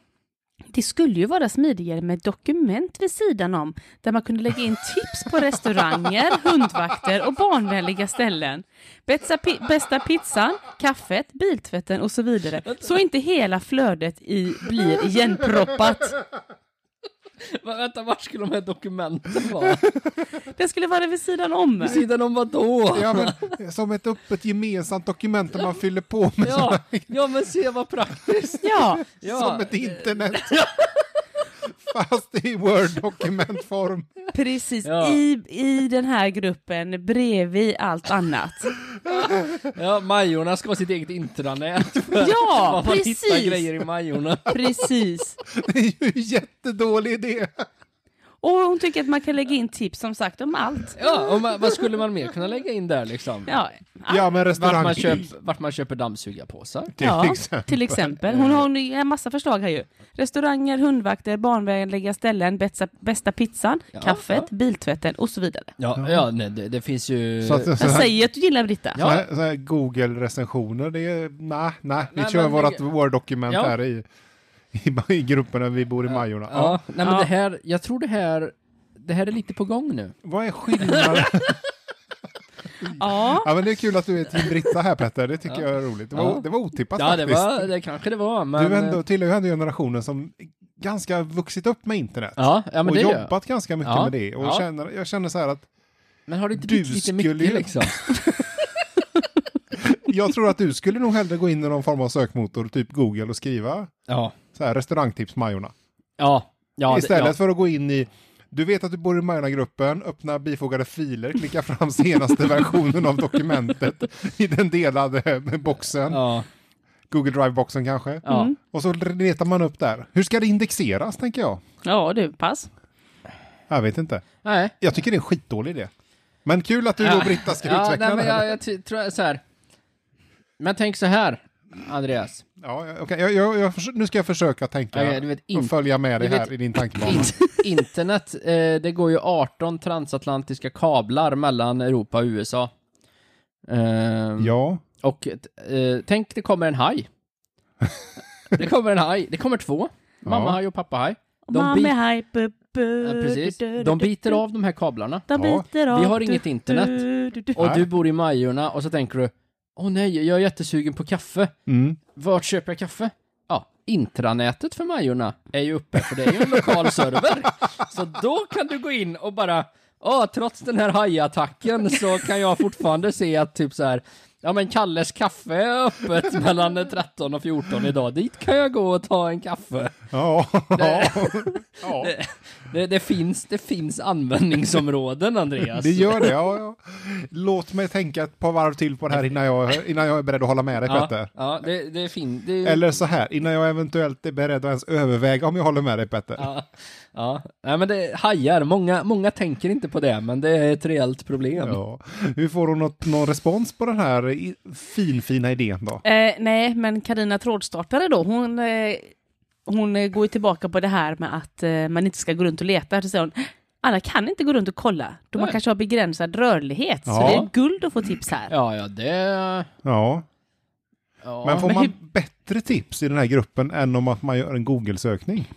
Speaker 3: det skulle ju vara smidigare med dokument vid sidan om där man kunde lägga in tips på restauranger, hundvakter och barnvänliga ställen. Bästa, pi- bästa pizzan, kaffet, biltvätten och så vidare. Så inte hela flödet i blir igenproppat.
Speaker 2: Va, vänta, vart skulle de här dokumenten vara?
Speaker 3: Det skulle vara vid sidan om.
Speaker 2: Vid sidan om vadå?
Speaker 1: Ja, men, som ett öppet gemensamt dokument där man fyller på med
Speaker 2: Ja, ja men se vad praktiskt.
Speaker 3: Ja,
Speaker 1: som
Speaker 2: Ja,
Speaker 1: ett internet. Fast i Word-dokumentform.
Speaker 3: Precis,
Speaker 2: Ja.
Speaker 3: i, i den här gruppen bredvid allt annat.
Speaker 2: ja Majorna ska ha sitt eget intranät.
Speaker 3: Ja,
Speaker 2: Man hittar
Speaker 3: precis!
Speaker 2: grejer i Majorna.
Speaker 3: Precis.
Speaker 1: Det är ju en jättedålig idé.
Speaker 3: Och hon tycker att man kan lägga in tips som sagt om allt.
Speaker 2: Ja, och man, vad skulle man mer kunna lägga in där liksom?
Speaker 3: Ja,
Speaker 1: Ja, men
Speaker 2: Vart
Speaker 1: restaurang...
Speaker 2: man, köper, vart man köper dammsugarpåsar.
Speaker 1: Till
Speaker 3: ja,
Speaker 1: exempel.
Speaker 3: till exempel. Hon har ju en massa förslag här ju. Restauranger, hundvakter, barnvänliga ställen, bästa, bästa pizzan,
Speaker 2: Ja,
Speaker 3: kaffet, biltvätten och så vidare.
Speaker 2: Ja, ja nej, det, det finns ju...
Speaker 1: Så att, så
Speaker 3: Jag
Speaker 1: här,
Speaker 3: säger att du gillar Britta.
Speaker 1: så här, så här Google-recensioner, det är... Nej, nej. Vi
Speaker 2: Nej,
Speaker 1: kör
Speaker 2: men-
Speaker 1: vårat Word-dokument
Speaker 2: Ja.
Speaker 1: här i, i, i gruppen där vi bor i Majorna. Ja.
Speaker 2: ja, nej, men
Speaker 3: Ja.
Speaker 2: det här, jag tror det här, det här är lite på gång nu.
Speaker 1: Vad är skillnaden?
Speaker 3: Ja.
Speaker 1: ja, men det är kul att du är till Britta här Petter, det tycker jag är roligt. Det var,
Speaker 2: Ja.
Speaker 1: det var otippat
Speaker 2: Ja, det
Speaker 1: faktiskt.
Speaker 2: var, det kanske det var, men...
Speaker 1: Du ändå, tillhör ju ändå generationen som ganska vuxit upp med internet.
Speaker 2: Ja, ja men
Speaker 1: och
Speaker 2: det gör jag.
Speaker 1: jobbat ganska mycket
Speaker 2: Ja,
Speaker 1: med det. Och
Speaker 2: ja.
Speaker 1: känner, jag känner så här att
Speaker 2: Men har det inte
Speaker 1: Du
Speaker 2: blivit lite
Speaker 1: skulle
Speaker 2: mycket
Speaker 1: ju-
Speaker 2: liksom?
Speaker 1: jag tror att du skulle nog hellre gå in i någon form av sökmotor, typ Google, och skriva
Speaker 2: Ja.
Speaker 1: så här restaurangtips Majorna.
Speaker 2: Ja. ja det-
Speaker 1: Istället
Speaker 2: ja.
Speaker 1: för att gå in i du vet att du bor i Majorna-gruppen, öppna bifogade filer, klicka fram senaste versionen av dokumentet i den delade boxen,
Speaker 2: Ja,
Speaker 1: Google Drive-boxen kanske.
Speaker 2: ja.
Speaker 3: Mm.
Speaker 1: Och så letar man upp där. Hur ska det indexeras, tänker jag?
Speaker 3: ja, du, pass.
Speaker 1: Jag vet inte.
Speaker 2: Nej.
Speaker 1: Jag tycker det är en skitdålig idé. Men kul att du och Britta ska
Speaker 2: ja,
Speaker 1: utveckla
Speaker 2: nej, men
Speaker 1: det.
Speaker 2: jag, jag ty- tror jag så här. Men tänk så här, Andreas.
Speaker 1: Ja, ja, okej. jag, jag, jag, förs- nu ska jag försöka tänka
Speaker 2: Okej, du vet,
Speaker 1: och
Speaker 2: in-
Speaker 1: följa med dig
Speaker 2: du vet,
Speaker 1: här i din tankebana.
Speaker 2: In- internet, eh, det går ju 18 transatlantiska kablar mellan Europa och USA. Ehm,
Speaker 1: Ja,
Speaker 2: Och eh, tänk, det kommer en haj. Det kommer en haj. Det kommer två. Mamma
Speaker 1: Ja.
Speaker 2: haj och pappa haj. De
Speaker 3: Mamma
Speaker 2: bit-
Speaker 3: är hype, bu- bu-
Speaker 2: Ja, precis.
Speaker 3: du- du-
Speaker 2: De
Speaker 3: du-
Speaker 2: biter
Speaker 3: du-
Speaker 2: av de här kablarna.
Speaker 3: De
Speaker 1: Ja.
Speaker 3: biter av.
Speaker 2: Vi har
Speaker 3: du-
Speaker 2: inget internet.
Speaker 3: du- du- du-
Speaker 2: Och
Speaker 1: Nej.
Speaker 2: du bor i Majorna och så tänker du Åh nej, jag är jättesugen på kaffe.
Speaker 1: mm.
Speaker 2: Vart köper jag kaffe? Ja, intranätet för Majorna är ju uppe, för det är ju en lokal server. Så då kan du gå in och bara Ja, trots den här hajattacken så kan jag fortfarande se att typ så här Ja men Kalles kaffe är öppet mellan 13 och 14 idag. Dit kan jag gå och ta en kaffe.
Speaker 1: ja. ja. ja.
Speaker 2: Det, det, finns, det finns användningsområden, Andreas.
Speaker 1: Det gör det. Ja, ja. Låt mig tänka ett par varv till på det här innan jag, innan jag är beredd att hålla med dig,
Speaker 2: Ja,
Speaker 1: Petter.
Speaker 2: ja det, det är fint. Det,
Speaker 1: Eller så här, innan jag eventuellt är beredd att ens överväga om jag håller med dig, Petter.
Speaker 2: Ja, ja. Nej, men det hajar. Många, många tänker inte på det, men det är ett reellt problem.
Speaker 1: Ja. Hur får hon något, någon respons på den här i- finfina idén då?
Speaker 3: Eh, nej, men Karina Trådstartare då, hon, eh, hon eh, går ju tillbaka på det här med att eh, man inte ska gå runt och leta. Så säger hon, alla kan inte gå runt och kolla, då man
Speaker 2: Nej.
Speaker 3: kanske har begränsad rörlighet. Så
Speaker 1: Ja.
Speaker 3: det är guld att få tips här.
Speaker 2: Ja, ja, det...
Speaker 1: Ja,
Speaker 2: Ja.
Speaker 1: men får
Speaker 3: men
Speaker 1: man
Speaker 3: hur-
Speaker 1: bättre tips i den här gruppen än om att man gör en Google-sökning?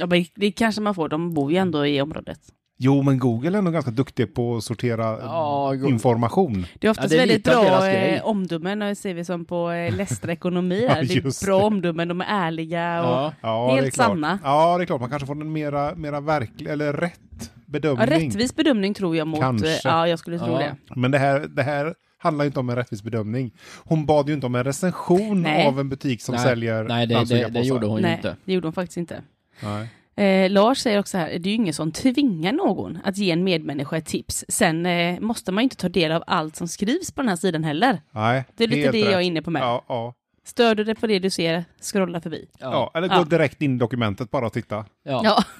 Speaker 3: Ja, men det kanske man får, de bor ju ändå i området.
Speaker 1: Jo, men Google är nog ganska duktig på att sortera
Speaker 2: Ja, Go-
Speaker 1: information.
Speaker 3: Det är oftast
Speaker 2: det är
Speaker 3: väldigt
Speaker 2: lite av deras
Speaker 3: bra
Speaker 2: grej.
Speaker 3: eh, omdömen, och ser vi som på eh, Lästra ekonomi här.
Speaker 1: Ja,
Speaker 3: det
Speaker 1: just
Speaker 3: är bra omdömen, de är ärliga och
Speaker 2: ja.
Speaker 1: Ja,
Speaker 3: Helt
Speaker 1: det är klart.
Speaker 3: sanna.
Speaker 1: Ja, det är klart. Man kanske får en mera, mera verklig, eller rätt
Speaker 3: ja,
Speaker 1: bedömning.
Speaker 3: rättvis bedömning tror jag mot...
Speaker 1: Kanske.
Speaker 3: eh, Ja, jag skulle tro
Speaker 2: Ja.
Speaker 3: det.
Speaker 1: Men det här, det här handlar ju inte om en rättvis bedömning. Hon bad ju inte om en recension
Speaker 3: Nej.
Speaker 1: av en butik som
Speaker 2: Nej.
Speaker 1: säljer
Speaker 2: Nej, det, det, det
Speaker 1: dammsugarpåsar.
Speaker 2: gjorde hon ju
Speaker 3: Nej,
Speaker 2: inte.
Speaker 3: det gjorde hon faktiskt inte.
Speaker 1: Nej.
Speaker 3: Eh, Lars säger också här, det är ju ingen som tvingar någon att ge en medmänniska ett tips. Sen eh, måste man ju inte ta del av allt som skrivs på den här sidan heller.
Speaker 1: Nej,
Speaker 3: Det är lite
Speaker 1: helt
Speaker 3: det
Speaker 1: rätt.
Speaker 3: jag är inne på med.
Speaker 1: Ja, ja.
Speaker 3: Stör du dig på det du ser, scrolla förbi.
Speaker 1: Ja, eller gå
Speaker 3: Ja.
Speaker 1: direkt in i dokumentet bara och titta.
Speaker 2: ja.
Speaker 3: Ja.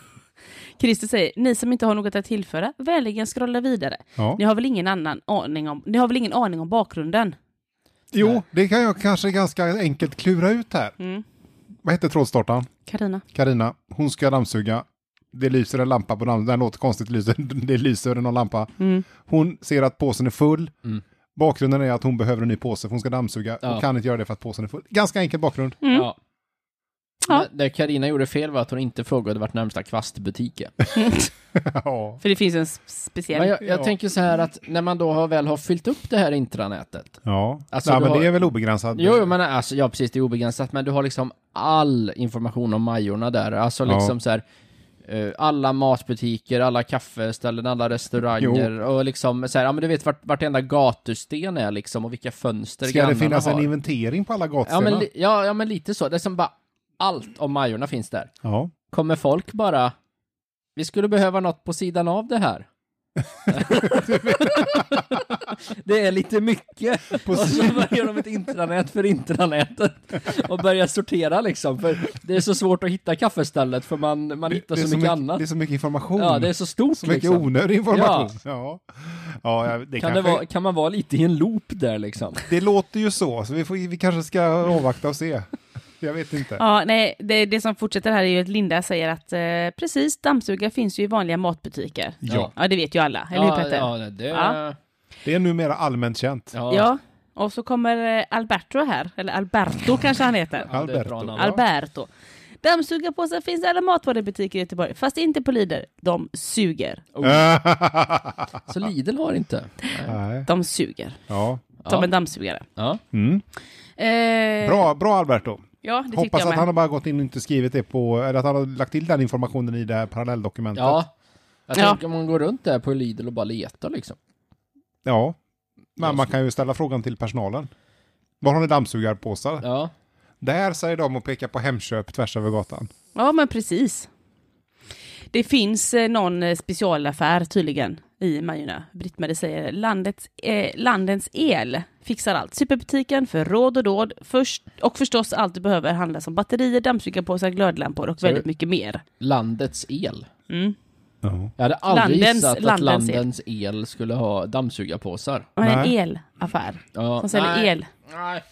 Speaker 3: Christer säger, ni som inte har något att tillföra, vänligen scrolla vidare.
Speaker 1: Ja.
Speaker 3: Ni har väl ingen annan aning om, ni har väl ingen aning om bakgrunden?
Speaker 1: Jo, det kan jag kanske ganska enkelt klura ut här.
Speaker 3: Mm.
Speaker 1: Vad hette trådstartaren?
Speaker 3: Karina.
Speaker 1: Karina, hon ska dammsuga. Det lyser en lampa på dammsugaren. Den låter konstigt, lyser. det lyser någon lampa.
Speaker 3: Mm.
Speaker 1: Hon ser att påsen är full.
Speaker 2: Mm.
Speaker 1: Bakgrunden är att hon behöver en ny påse för hon ska dammsuga.
Speaker 2: Ja.
Speaker 1: Hon kan inte göra det för att påsen är full. Ganska enkel bakgrund.
Speaker 3: Mm.
Speaker 2: Ja.
Speaker 3: Ja.
Speaker 2: Men Det Karina gjorde fel var att hon inte frågade vart närmsta kvastbutik är.
Speaker 1: ja.
Speaker 3: För det finns en s- speciell...
Speaker 2: Men jag, jag
Speaker 1: Ja.
Speaker 2: tänker så här att när man då har, väl har fyllt upp det här intranätet.
Speaker 1: Ja,
Speaker 2: Alltså,
Speaker 1: Nej,
Speaker 2: du
Speaker 1: men
Speaker 2: har-
Speaker 1: det är väl obegränsad.
Speaker 2: Jo, jo, men alltså, ja precis, det är obegränsat, men du har liksom all information om Majorna där. Alltså
Speaker 1: Ja.
Speaker 2: liksom så här, eh, alla matbutiker, alla kaffeställen, alla restauranger och liksom så här, ja men du vet vart, vartenda gatusten är liksom och vilka fönster
Speaker 1: Ska det
Speaker 2: grannarna
Speaker 1: finnas
Speaker 2: har.
Speaker 1: en inventering på alla
Speaker 2: ja,
Speaker 1: gatstenar?
Speaker 2: men, li- ja, ja, men lite så. Det är som bara allt om Majorna finns där.
Speaker 1: ja.
Speaker 2: Kommer folk bara, vi skulle behöva något på sidan av det här. Det är lite mycket.
Speaker 1: På
Speaker 2: och så börjar de ett intranät för intranätet. Och börjar sortera liksom. För det är så svårt att hitta kaffestället för man, man hittar
Speaker 1: det, är
Speaker 2: så mycket annat.
Speaker 1: det är så mycket information.
Speaker 2: ja, det är så stort
Speaker 1: så mycket
Speaker 2: liksom.
Speaker 1: onödig information. Ja. Ja. det,
Speaker 2: Kan,
Speaker 1: kanske,
Speaker 2: det vara, kan man vara lite i en loop där liksom?
Speaker 1: det låter ju så, så vi, får, vi kanske ska avvakta och se. Jag vet inte.
Speaker 3: Ja, nej, det, det som fortsätter här är ju att Linda säger att eh, precis, dammsugare finns ju i vanliga matbutiker.
Speaker 1: Ja.
Speaker 3: Ja, det vet ju alla, eller hur Petter?
Speaker 2: Ja, ja, det,
Speaker 3: Ja.
Speaker 1: Det är numera allmänt känt.
Speaker 2: ja.
Speaker 3: Ja, och så kommer eh, Alberto här, eller Alberto kanske han heter.
Speaker 2: Ja, det är ett bra
Speaker 1: Alberto.
Speaker 2: namn.
Speaker 3: Alberto. Dammsugarpåsar finns i alla matvarubutiker i Göteborg, fast inte på Lider. De suger.
Speaker 2: Oh. Så Lidl har inte? Nej.
Speaker 1: Nej.
Speaker 3: De suger.
Speaker 1: Ja.
Speaker 3: Som
Speaker 2: Ja.
Speaker 3: en dammsugare.
Speaker 2: Ja.
Speaker 1: Mm.
Speaker 3: Eh,
Speaker 1: Bra, bra Alberto.
Speaker 3: Ja, det tyckte
Speaker 1: Hoppas
Speaker 3: jag
Speaker 1: att
Speaker 3: med.
Speaker 1: han har bara gått in och inte skrivit det på, eller att han har lagt till den informationen i det här parallelldokumentet.
Speaker 2: ja. Jag
Speaker 3: Ja.
Speaker 2: tänker om man går runt där på Lidl och bara letar liksom.
Speaker 1: ja. Men man kan ju ställa frågan till personalen. Var har ni dammsugarpåsar?
Speaker 2: Ja.
Speaker 1: Där säger de och pekar på Hemköp tvärs över gatan.
Speaker 3: Ja, men precis. Det finns eh, någon eh, specialaffär tydligen i Majorna. Britt-Marie säger landets, eh, landens el fixar allt. Superbutiken för råd och dåd först, och förstås allt du behöver handla som batterier, dammsugarpåsar, glödlampor och
Speaker 2: Så är
Speaker 3: väldigt
Speaker 2: det.
Speaker 3: mycket mer.
Speaker 2: Landets el.
Speaker 3: Mm.
Speaker 1: Ja.
Speaker 2: Jag hade aldrig
Speaker 3: Landens-
Speaker 2: gissat att
Speaker 3: landens
Speaker 2: landens,
Speaker 3: el.
Speaker 2: el. skulle ha dammsugarpåsar.
Speaker 3: Och en
Speaker 1: Nej.
Speaker 3: elaffär
Speaker 2: Ja.
Speaker 3: som säljer
Speaker 2: Nej.
Speaker 3: el.
Speaker 2: Nej.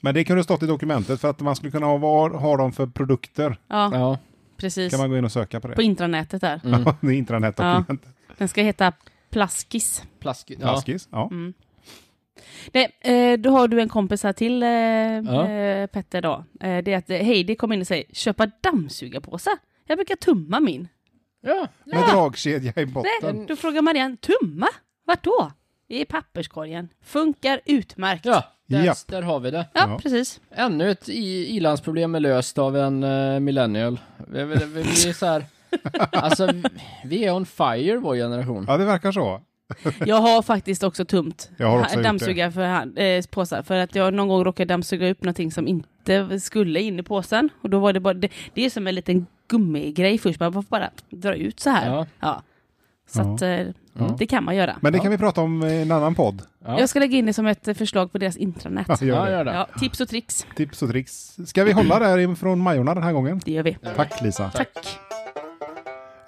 Speaker 1: Men det kunde stått i dokumentet för att man skulle kunna ha vad har de för produkter.
Speaker 3: Ja,
Speaker 2: Ja.
Speaker 3: precis.
Speaker 1: Kan man gå in och söka på det.
Speaker 3: På intranätet där.
Speaker 1: Ja, det är intranätdokumentet.
Speaker 3: Den ska heta Plaskis.
Speaker 2: Plask... Ja.
Speaker 1: Plaskis. Ja.
Speaker 3: Mm. Nej, eh, då har du en kompis här till eh,
Speaker 2: Ja.
Speaker 3: eh, Petter då. Eh, det är att eh, Heidi kom in och säger köpa dammsugarpåse. Jag brukar tumma min.
Speaker 2: Ja.
Speaker 1: Med dragkedja i botten.
Speaker 3: Nej, då frågar Marianne, tumma? Vart då? I papperskorgen. Funkar utmärkt. Ja,
Speaker 2: ja. Där,
Speaker 1: Japp.
Speaker 2: där har vi det.
Speaker 1: Ja.
Speaker 3: precis.
Speaker 2: Ännu ett i- ilandsproblem är löst av en eh, millennial. Vi, vi, vi, vi är så här... Alltså, vi är on fire, vår generation.
Speaker 1: Ja, det verkar så.
Speaker 3: Jag har faktiskt också tumt
Speaker 1: Jag har också gjort det.
Speaker 3: dammsugare för, hand- eh, påsar. För att jag någon gång råkade dammsuga upp någonting som inte skulle in i påsen. Och då var det bara, det, det är som en liten gummigrej först. Man får bara dra ut så här. Ja.
Speaker 2: Ja.
Speaker 3: Så
Speaker 1: Ja.
Speaker 3: att eh, det kan man göra.
Speaker 1: Men det kan vi prata om i en annan podd.
Speaker 2: Ja.
Speaker 3: Jag ska lägga in det som ett eh, förslag på deras intranät.
Speaker 1: Ja, gör
Speaker 2: Ja,
Speaker 1: det.
Speaker 2: gör det.
Speaker 3: Ja, tips och tricks,
Speaker 1: Tips och tricks. Ska vi hålla där från Majorna den här gången?
Speaker 3: det gör vi.
Speaker 1: Tack Lisa.
Speaker 3: Tack.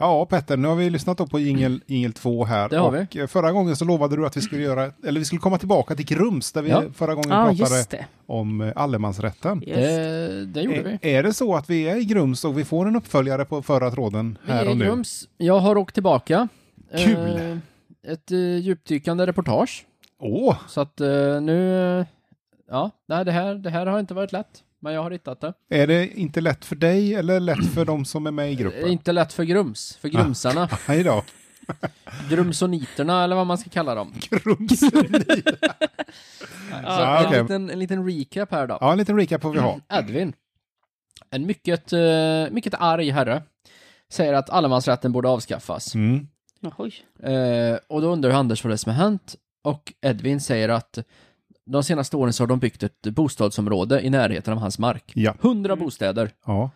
Speaker 1: Ja Petter, nu har vi lyssnat då på jingel, jingel 2 här.
Speaker 2: Det har
Speaker 1: och eh, förra gången så lovade du att vi skulle göra, eller vi skulle komma tillbaka till Grums där vi
Speaker 2: Ja.
Speaker 1: förra gången
Speaker 3: Ja,
Speaker 1: pratade
Speaker 3: just det.
Speaker 1: om eh, allemansrätten.
Speaker 3: Just.
Speaker 2: Det, det gjorde vi.
Speaker 1: Är, är det så att vi är i Grums och vi får en uppföljare på förra tråden
Speaker 2: Vi
Speaker 1: här
Speaker 2: är i
Speaker 1: och nu?
Speaker 2: Grums. Jag har åkt tillbaka.
Speaker 1: Kul.
Speaker 2: Eh, Ett eh, djupdykande reportage.
Speaker 1: Åh,
Speaker 2: Så att eh, nu... eh, Ja, nej, det här, det här har inte varit lätt. Men jag har hittat det.
Speaker 1: är det inte lätt för dig eller lätt för de som är med i
Speaker 2: Det är
Speaker 1: gruppen?
Speaker 2: inte lätt för Grums. För Grumsarna.
Speaker 1: Nej då.
Speaker 2: Grumsoniterna, eller vad man ska kalla dem.
Speaker 1: Grums.
Speaker 2: Så
Speaker 1: Ja, okej.
Speaker 2: en, liten, en liten recap här då.
Speaker 1: Ja, en liten recap får vi ha.
Speaker 2: Edvin, en mycket, eh, mycket arg herre, säger att allemansrätten borde avskaffas.
Speaker 1: Mm.
Speaker 3: Oj.
Speaker 2: Eh, och då undrar Anders vad det är som har hänt. Och Edvin säger att de senaste åren så har de byggt ett bostadsområde i närheten av hans mark.
Speaker 1: Ja.
Speaker 2: Hundra bostäder.
Speaker 1: Ja,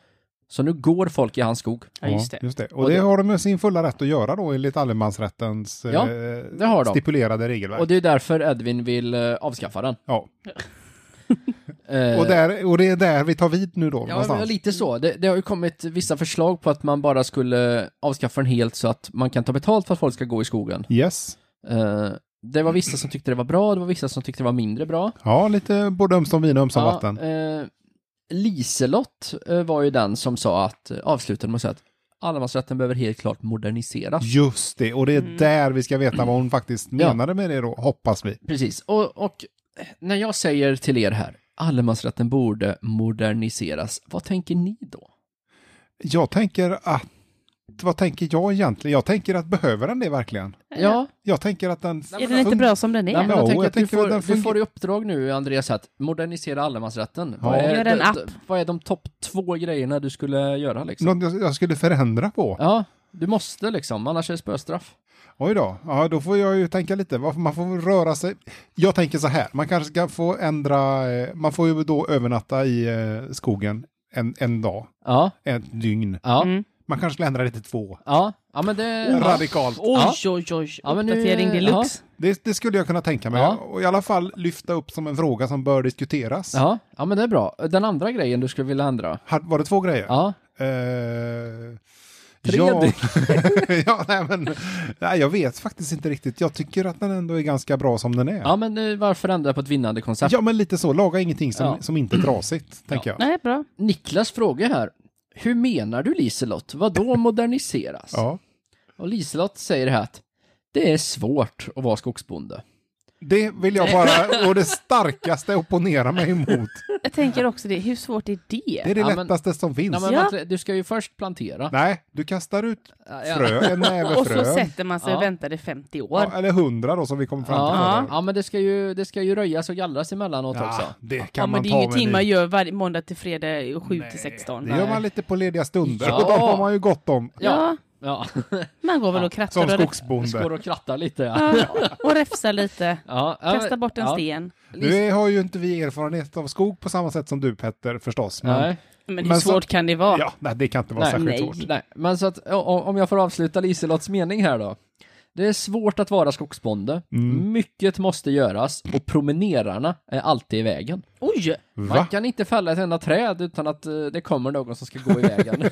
Speaker 2: Så nu går folk i hans skog.
Speaker 3: Ja, just det.
Speaker 1: Och, det, har de med sin fulla rätt att göra då enligt allemansrättens
Speaker 2: Ja,
Speaker 1: eh,
Speaker 2: det har de.
Speaker 1: stipulerade regelverk.
Speaker 2: Och det är därför Edvin vill eh, avskaffa den.
Speaker 1: ja.
Speaker 2: Eh,
Speaker 1: och, där, och det är där vi tar vid nu då
Speaker 2: Ja,
Speaker 1: någonstans.
Speaker 2: men lite så. Det, det har ju kommit vissa förslag på att man bara skulle avskaffa den helt så att man kan ta betalt för att folk ska gå i skogen.
Speaker 1: Yes.
Speaker 2: Eh, det var vissa som tyckte det var bra, det var vissa som tyckte det var mindre bra.
Speaker 1: Ja, lite både ömsom vin och ömsom
Speaker 2: Ja,
Speaker 1: vatten.
Speaker 2: eh, Liselott eh, var ju den som sa att, eh, avslutade med att säga att allemansrätten behöver helt klart moderniseras.
Speaker 1: Just det, och det är där vi ska veta vad hon faktiskt
Speaker 2: Mm. Ja.
Speaker 1: menade med det då, hoppas vi.
Speaker 2: Precis, och, och eh, när jag säger till er här, allemansrätten borde moderniseras, vad tänker ni då?
Speaker 1: Jag tänker att, vad tänker jag egentligen? Jag tänker att behöver den det verkligen?
Speaker 3: Eh,
Speaker 2: Ja,
Speaker 1: Jag tänker att den...
Speaker 3: Är den inte bra som den är?
Speaker 2: Nej, men
Speaker 1: Ja,
Speaker 2: jag tänker
Speaker 1: jag
Speaker 2: att du,
Speaker 1: tänker
Speaker 2: får,
Speaker 1: att den
Speaker 2: du
Speaker 1: funger-
Speaker 2: får i uppdrag nu, Andreas, att modernisera allemansrätten.
Speaker 1: Ja.
Speaker 2: Vad, är,
Speaker 3: Gör en
Speaker 2: d-
Speaker 3: app.
Speaker 2: d- vad är de topp två grejerna du skulle göra liksom?
Speaker 1: Något jag- jag skulle förändra på.
Speaker 2: Ja, du måste liksom, annars är det spöstraff.
Speaker 1: Oj då, ja, då får jag ju tänka lite. Varför Man får röra sig. Jag tänker så här, man kanske ska få ändra, eh, man får ju då övernatta i eh, skogen en, en dag,
Speaker 2: Ja,
Speaker 1: ett dygn.
Speaker 2: ja.
Speaker 3: Mm.
Speaker 1: Man kanske skulle ändra det till två.
Speaker 2: Ja, ja men det...
Speaker 1: Radikalt.
Speaker 2: Ja.
Speaker 3: Oj, oj, oj.
Speaker 2: Ja, men nu-
Speaker 3: Uppdatering deluxe.
Speaker 1: Det, det skulle jag kunna tänka mig.
Speaker 2: Ja.
Speaker 1: Och i alla fall lyfta upp som en fråga som bör diskuteras.
Speaker 2: Ja, ja, men det är bra. Den andra grejen du skulle vilja ändra?
Speaker 1: Här Var det två grejer?
Speaker 2: Ja.
Speaker 1: Eh,
Speaker 2: Tre
Speaker 1: ja,
Speaker 2: dygn.
Speaker 1: ja nej, men, nej, jag vet faktiskt inte riktigt. Jag tycker att den ändå är ganska bra som den är.
Speaker 2: Ja, men eh, varför ändra på ett vinnande koncept?
Speaker 1: Ja, men lite så. Laga ingenting som,
Speaker 2: Ja.
Speaker 1: som inte är trasigt, tänker jag.
Speaker 3: Nej, bra.
Speaker 2: Niklas fråga här. Hur menar du Liselott? Vad då moderniseras?
Speaker 1: Ja.
Speaker 2: Och Liselott säger här att det är svårt att vara skogsbonde.
Speaker 1: Det vill jag bara, och det starkaste opponera mig emot.
Speaker 3: Jag tänker också det, hur svårt är
Speaker 1: Det är
Speaker 3: det?
Speaker 1: det
Speaker 2: Ja, men-
Speaker 1: lättaste som finns.
Speaker 2: Ja, men
Speaker 3: Ja.
Speaker 2: vänta, du ska ju först plantera.
Speaker 1: Nej, du kastar ut
Speaker 2: Ja, ja.
Speaker 1: frö, en näve
Speaker 3: Och så
Speaker 1: frö.
Speaker 3: sätter man sig
Speaker 2: Ja.
Speaker 3: och väntar i 50 år.
Speaker 1: Ja, eller hundra då, som vi kom fram till.
Speaker 2: Ja,
Speaker 1: förra
Speaker 2: ja, men det ska, ju, det ska ju röjas och gallras emellanåt
Speaker 1: gången.
Speaker 2: också.
Speaker 1: Ja, Ah, det kan
Speaker 3: Ja, men
Speaker 1: man
Speaker 3: det
Speaker 1: ta
Speaker 3: är
Speaker 1: med
Speaker 3: ingenting
Speaker 1: en
Speaker 3: man
Speaker 1: ny-
Speaker 3: gör varje måndag till fredag och 7 till 16.
Speaker 1: Det gör man lite på lediga stunder,
Speaker 2: Ja.
Speaker 1: och de har man ju gott om.
Speaker 2: Ja,
Speaker 3: Ja.
Speaker 2: ja.
Speaker 3: Man går väl
Speaker 2: Ja,
Speaker 3: och krattar
Speaker 1: Som
Speaker 3: och, ref-
Speaker 2: Skår
Speaker 1: skogsbonde.
Speaker 2: och krattar lite. Ja.
Speaker 3: ja, och räfsar lite.
Speaker 2: Ja, ja,
Speaker 3: Kasta bort en
Speaker 2: ja.
Speaker 3: sten.
Speaker 1: Nu har ju inte vi erfarenhet av skog på samma sätt som du Petter, förstås. Men,
Speaker 2: Nej,
Speaker 3: Men hur
Speaker 1: Men så-
Speaker 3: svårt kan det vara?
Speaker 1: Ja, nej, det kan inte vara
Speaker 2: Nej.
Speaker 1: särskilt
Speaker 3: Nej.
Speaker 1: svårt.
Speaker 2: nej, men så att o- o- om jag får avsluta Liselotts mening här då. Det är svårt att vara skogsbonde.
Speaker 1: Mm.
Speaker 2: Mycket måste göras och promenerarna är alltid i vägen.
Speaker 3: Oj!
Speaker 2: Man
Speaker 1: Va?
Speaker 2: kan inte fälla ett enda träd utan att eh, det kommer någon som ska gå i vägen.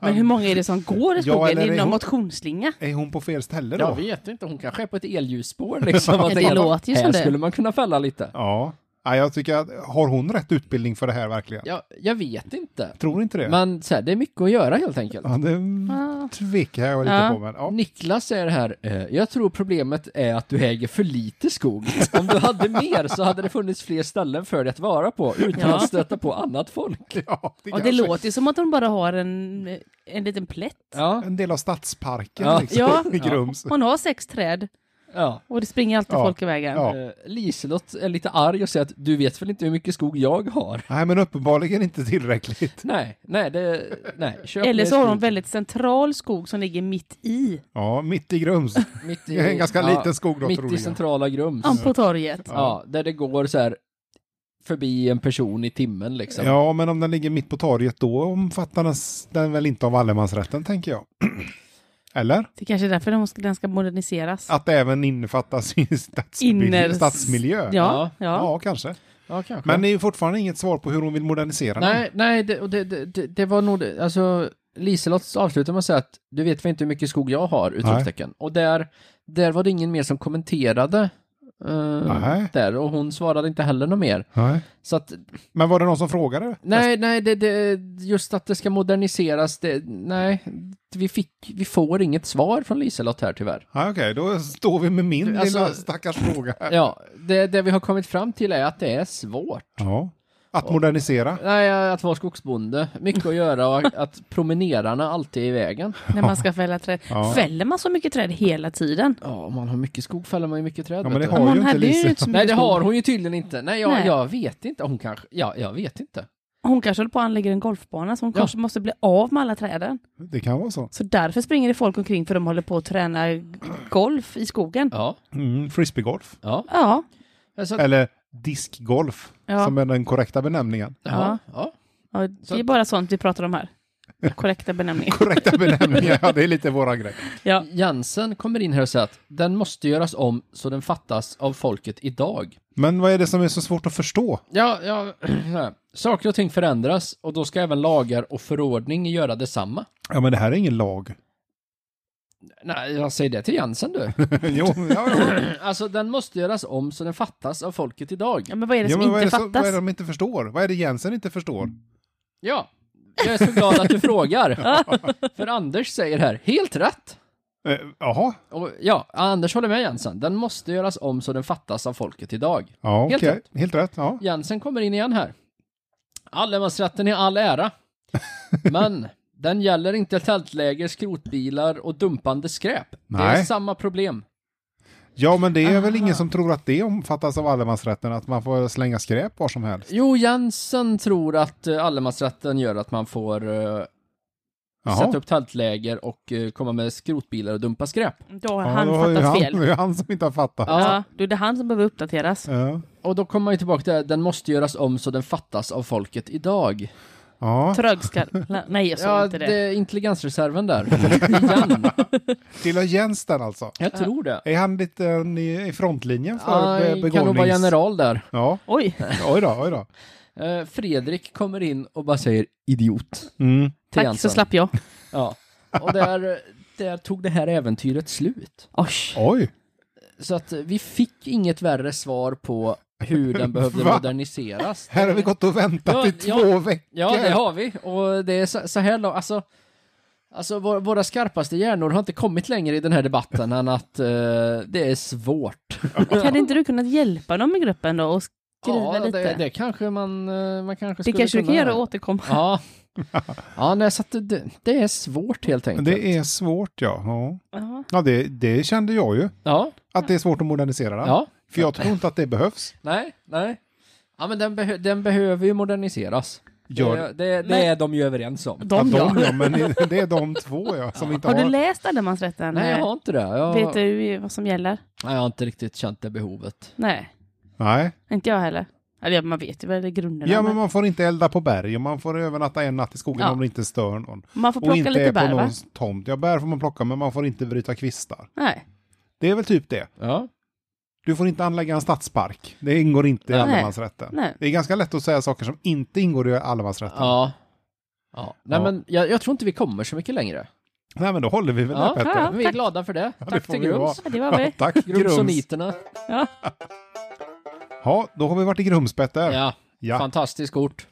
Speaker 3: Men hur många är det som går i skogen?
Speaker 1: Ja, eller
Speaker 3: är
Speaker 1: är
Speaker 3: det någon
Speaker 1: hon-
Speaker 3: motionsslinga?
Speaker 1: Är hon på fel ställe då?
Speaker 2: jag vet inte, hon kanske är på ett elljusspår liksom. Man
Speaker 3: det
Speaker 2: tänker,
Speaker 3: låter ju
Speaker 2: här
Speaker 3: som det.
Speaker 2: skulle man kunna fälla lite.
Speaker 1: Ja. Nej, jag tycker att, har hon rätt utbildning för det här verkligen?
Speaker 2: Jag, jag vet inte.
Speaker 1: Tror inte det.
Speaker 2: Men så här, det är mycket att göra helt enkelt.
Speaker 1: Ja, det
Speaker 3: Ah.
Speaker 1: tvekar jag lite
Speaker 3: Ja.
Speaker 1: på. Men,
Speaker 2: Mm.
Speaker 1: ja.
Speaker 2: Niklas säger här, eh, jag tror problemet är att du äger för lite skog. Om du hade mer så hade det funnits fler ställen för dig att vara på utan
Speaker 3: Ja.
Speaker 2: att stöta på annat folk.
Speaker 1: Ja, alltså- det
Speaker 3: Och det
Speaker 1: kanske-
Speaker 3: låter ju som att hon bara har en, en liten plätt.
Speaker 2: Ja,
Speaker 1: En del av stadsparken
Speaker 2: Ja.
Speaker 1: liksom,
Speaker 3: Ja.
Speaker 1: i Grums.
Speaker 3: Hon har sex träd
Speaker 2: ja.
Speaker 3: och det springer alltid
Speaker 1: Ja.
Speaker 3: folk i vägen.
Speaker 1: Ja.
Speaker 2: Eh, Liselott är lite arg och säger att du vet väl inte hur mycket skog jag har?
Speaker 1: Nej, men uppenbarligen inte tillräckligt.
Speaker 2: Nej, nej, det, nej. Köp
Speaker 3: Eller
Speaker 2: mer
Speaker 3: så har hon
Speaker 2: skog.
Speaker 3: väldigt central skog som ligger mitt i.
Speaker 1: Ja, mitt i Grums.
Speaker 2: mitt
Speaker 1: Det är en ganska liten skog då,
Speaker 2: Mitt
Speaker 1: tror
Speaker 2: i
Speaker 1: jag.
Speaker 2: centrala Grums.
Speaker 3: Ja,
Speaker 2: Ja.
Speaker 3: på torget.
Speaker 2: där det går så här förbi en person i timmen liksom.
Speaker 1: Ja, men om den ligger mitt på torget då omfattas den väl inte av allemansrätten, tänker jag. Eller?
Speaker 3: Det kanske är därför den ska, den ska moderniseras.
Speaker 1: Att det även innefattas i stadsmiljö.
Speaker 3: Inner-
Speaker 1: stadsmiljö.
Speaker 2: Ja.
Speaker 3: Ja, ja.
Speaker 1: Ja, kanske.
Speaker 2: Ja, kanske.
Speaker 1: Men det är ju fortfarande inget svar på hur hon vill modernisera den.
Speaker 2: Nej, nej, det, och det, det, det- det var nog det. Alltså, Liselott avslutar med att säga att du vet väl inte hur mycket skog jag har? Utropstecken. Och där, där var det ingen mer som kommenterade. eh,
Speaker 1: Nej.
Speaker 2: där, och hon svarade inte heller något mer.
Speaker 1: Nej.
Speaker 2: Så att,
Speaker 1: Men var det någon som frågade?
Speaker 2: nej, nej, det, det, just att det ska moderniseras, det, nej, vi, fick, vi får inget svar från Liselott här tyvärr.
Speaker 1: Ja, Okej, då står vi med min
Speaker 2: Alltså-
Speaker 1: lilla stackars fråga. här.
Speaker 2: Ja, det, det vi har kommit fram till är att det är svårt.
Speaker 1: Ja. Att modernisera?
Speaker 2: Nej, att vara skogsbonde, mycket att göra och att promenerarna alltid är i vägen.
Speaker 3: När man ska fälla träd.
Speaker 1: Ja.
Speaker 3: Fäller man så mycket träd hela tiden?
Speaker 2: Ja, om man har mycket skog fäller man ju mycket träd.
Speaker 1: Ja,
Speaker 2: vet
Speaker 1: men det
Speaker 2: du.
Speaker 1: har
Speaker 3: Men
Speaker 1: ju
Speaker 3: hon
Speaker 1: inte
Speaker 3: hade ju
Speaker 1: Lise.
Speaker 3: inte så mycket
Speaker 2: Nej, det
Speaker 3: skog.
Speaker 2: har hon ju tydligen inte. Nej, jag,
Speaker 3: Nej.
Speaker 2: jag vet inte. Hon kanske... Ja, jag vet inte.
Speaker 3: Hon kanske håller på att anlägga en golfbana så hon
Speaker 2: Ja.
Speaker 3: kanske måste bli av med alla träden.
Speaker 1: Det kan vara så.
Speaker 3: Så därför springer det folk omkring för de håller på att träna golf i skogen. Ja.
Speaker 2: Ja,
Speaker 1: Mm, frisbeegolf.
Speaker 2: ja.
Speaker 3: Ja.
Speaker 2: Alltså, ja,
Speaker 1: Eller diskgolf,
Speaker 3: Ja.
Speaker 1: som är den korrekta benämningen.
Speaker 2: ja.
Speaker 3: Ja.
Speaker 2: Så
Speaker 3: det är
Speaker 2: att-
Speaker 3: bara sånt vi pratar om här. Korrekta benämningar.
Speaker 1: Korrekta benämningen, ja det är lite våra grej.
Speaker 3: Ja.
Speaker 2: Jansen kommer in här och säger att den måste göras om så den fattas av folket idag.
Speaker 1: Men vad är det som är så svårt att förstå?
Speaker 2: Ja, ja. Saker och ting förändras och då ska även lagar och förordning göra detsamma.
Speaker 1: Ja, men det här är ingen lag.
Speaker 2: Nej, jag säger det till Jansen du.
Speaker 1: jo, ja, ja.
Speaker 2: Alltså, den måste göras om så den fattas av folket idag.
Speaker 3: ja, men vad är det
Speaker 1: ja
Speaker 3: som
Speaker 1: men vad, är det
Speaker 3: inte
Speaker 1: som, vad är det
Speaker 3: fattas?
Speaker 1: de inte förstår? Vad är det Jensen inte förstår?
Speaker 2: Ja, jag är så glad att du frågar. För Anders säger här, helt rätt.
Speaker 1: Eh, Jaha,
Speaker 2: Och, ja, Anders håller med Jensen. Den måste göras om så den fattas av folket idag.
Speaker 1: ja,
Speaker 2: Helt
Speaker 1: okej.
Speaker 2: rätt.
Speaker 1: Helt rätt. Ja.
Speaker 2: Jensen kommer in igen här. Allemansrätten i all ära. Men den gäller inte tältläger, skrotbilar och dumpande skräp. Det är
Speaker 1: Nej.
Speaker 2: samma problem.
Speaker 1: ja, men det är väl ingen som tror att det omfattas av allemansrätten, att man får slänga skräp var som helst.
Speaker 2: Jo, Jensen tror att eh, allemansrätten gör att man får eh, sätta
Speaker 1: Jaha.
Speaker 2: upp tältläger och eh, komma med skrotbilar och dumpa skräp.
Speaker 3: Då har
Speaker 1: Ja,
Speaker 3: han
Speaker 1: då är ju
Speaker 3: fattat
Speaker 1: han,
Speaker 3: fel.
Speaker 1: Det är han som inte har fattat.
Speaker 2: Ja.
Speaker 1: Ja.
Speaker 3: Ja, då är det han som behöver uppdateras.
Speaker 1: Ja.
Speaker 2: Och då kommer man ju tillbaka till det här, den måste göras om så den fattas av folket idag.
Speaker 1: Ja,
Speaker 3: Trögskallar. Nej, jag sa
Speaker 2: Ja,
Speaker 3: inte det.
Speaker 2: det är intelligensreserven där. Igen.
Speaker 1: tillhör Jens den alltså.
Speaker 2: Jag tror det.
Speaker 1: Är han lite eh, i i frontlinjen för
Speaker 2: Ah,
Speaker 1: be-
Speaker 2: kan nog vara
Speaker 1: begåvnings...
Speaker 2: general där.
Speaker 1: Ja,
Speaker 3: Oj,
Speaker 1: oj då, oj då.
Speaker 2: Eh, Fredrik kommer in och bara säger idiot.
Speaker 1: Mm.
Speaker 2: till
Speaker 3: tack så
Speaker 2: Jensen.
Speaker 3: slapp jag.
Speaker 2: Ja. Och där, där tog det här äventyret slut.
Speaker 3: Osh.
Speaker 1: Oj,
Speaker 2: Så att vi fick inget värre svar på hur den behövde
Speaker 1: Va?
Speaker 2: moderniseras.
Speaker 1: här har vi gått och väntat
Speaker 2: Ja,
Speaker 1: i
Speaker 2: ja.
Speaker 1: två veckor.
Speaker 2: Ja, det har vi. Och det är så, så här långt, alltså, alltså vår, våra skarpaste hjärnor har inte kommit längre i den här debatten än att eh, det är svårt.
Speaker 3: Hade inte du kunnat hjälpa dem i gruppen då och skriva
Speaker 2: ja,
Speaker 3: lite?
Speaker 2: det,
Speaker 3: Det,
Speaker 2: det kanske man, eh, man kanske skulle
Speaker 3: kanske du kan
Speaker 2: kunna-
Speaker 3: göra och återkomma.
Speaker 2: Ja. Ja, nej, så att det, det är svårt helt enkelt.
Speaker 1: Det är svårt, ja. Ja,
Speaker 3: Ja.
Speaker 1: ja det, det kände jag ju.
Speaker 2: Ja,
Speaker 1: Att det är svårt att modernisera den.
Speaker 2: ja.
Speaker 1: För jag tror inte att det behövs.
Speaker 2: Nej, nej. Ja, men den, behö- den behöver ju moderniseras.
Speaker 1: Gör
Speaker 2: Det, det, det
Speaker 3: Men-
Speaker 2: är de ju överens om.
Speaker 3: De
Speaker 1: ja, de,
Speaker 3: ja.
Speaker 1: ja. men det är de två ja, som inte
Speaker 3: Har du
Speaker 1: har...
Speaker 3: läst allemansrätten?
Speaker 2: Nej, jag har inte det. Jag,
Speaker 3: Vet du ju vad som gäller?
Speaker 2: Nej, jag har inte riktigt känt det behovet.
Speaker 3: Nej,
Speaker 1: Nej.
Speaker 3: inte jag heller. Eller ja, man vet ju väl grunderna.
Speaker 1: Ja, men man får inte elda på berg och man får övernatta en natt i skogen
Speaker 3: Ja.
Speaker 1: om det inte stör någon.
Speaker 3: man får
Speaker 1: Och
Speaker 3: plocka
Speaker 1: inte
Speaker 3: lite
Speaker 1: är
Speaker 3: bär
Speaker 1: på
Speaker 3: va?
Speaker 1: någons tomt. Ja, bär får man plocka, men man får inte bryta kvistar.
Speaker 3: Nej.
Speaker 1: Det är väl typ det.
Speaker 2: Ja.
Speaker 1: Du får inte anlägga en stadspark. Det ingår inte i
Speaker 2: Nej.
Speaker 1: allemansrätten.
Speaker 3: Nej.
Speaker 1: Det är ganska lätt att säga saker som inte ingår i allemansrätten.
Speaker 2: Ja. ja. Nej,
Speaker 1: Ja.
Speaker 2: men jag, jag tror inte vi kommer så mycket längre.
Speaker 1: Nej, men då håller vi väl
Speaker 2: Ja,
Speaker 1: där, Petter.
Speaker 3: ja.
Speaker 2: Men vi är
Speaker 3: tack.
Speaker 2: glada för det.
Speaker 1: det
Speaker 2: Tack
Speaker 1: får
Speaker 2: till
Speaker 1: vi vara.
Speaker 2: Grums.
Speaker 3: Ja, det var vi.
Speaker 1: tack, Grums.
Speaker 2: Grumsoniterna.
Speaker 3: Ja.
Speaker 1: Ja, då har vi varit i Grums, Petter.
Speaker 2: Ja.
Speaker 1: Ja.
Speaker 2: Fantastisk ort.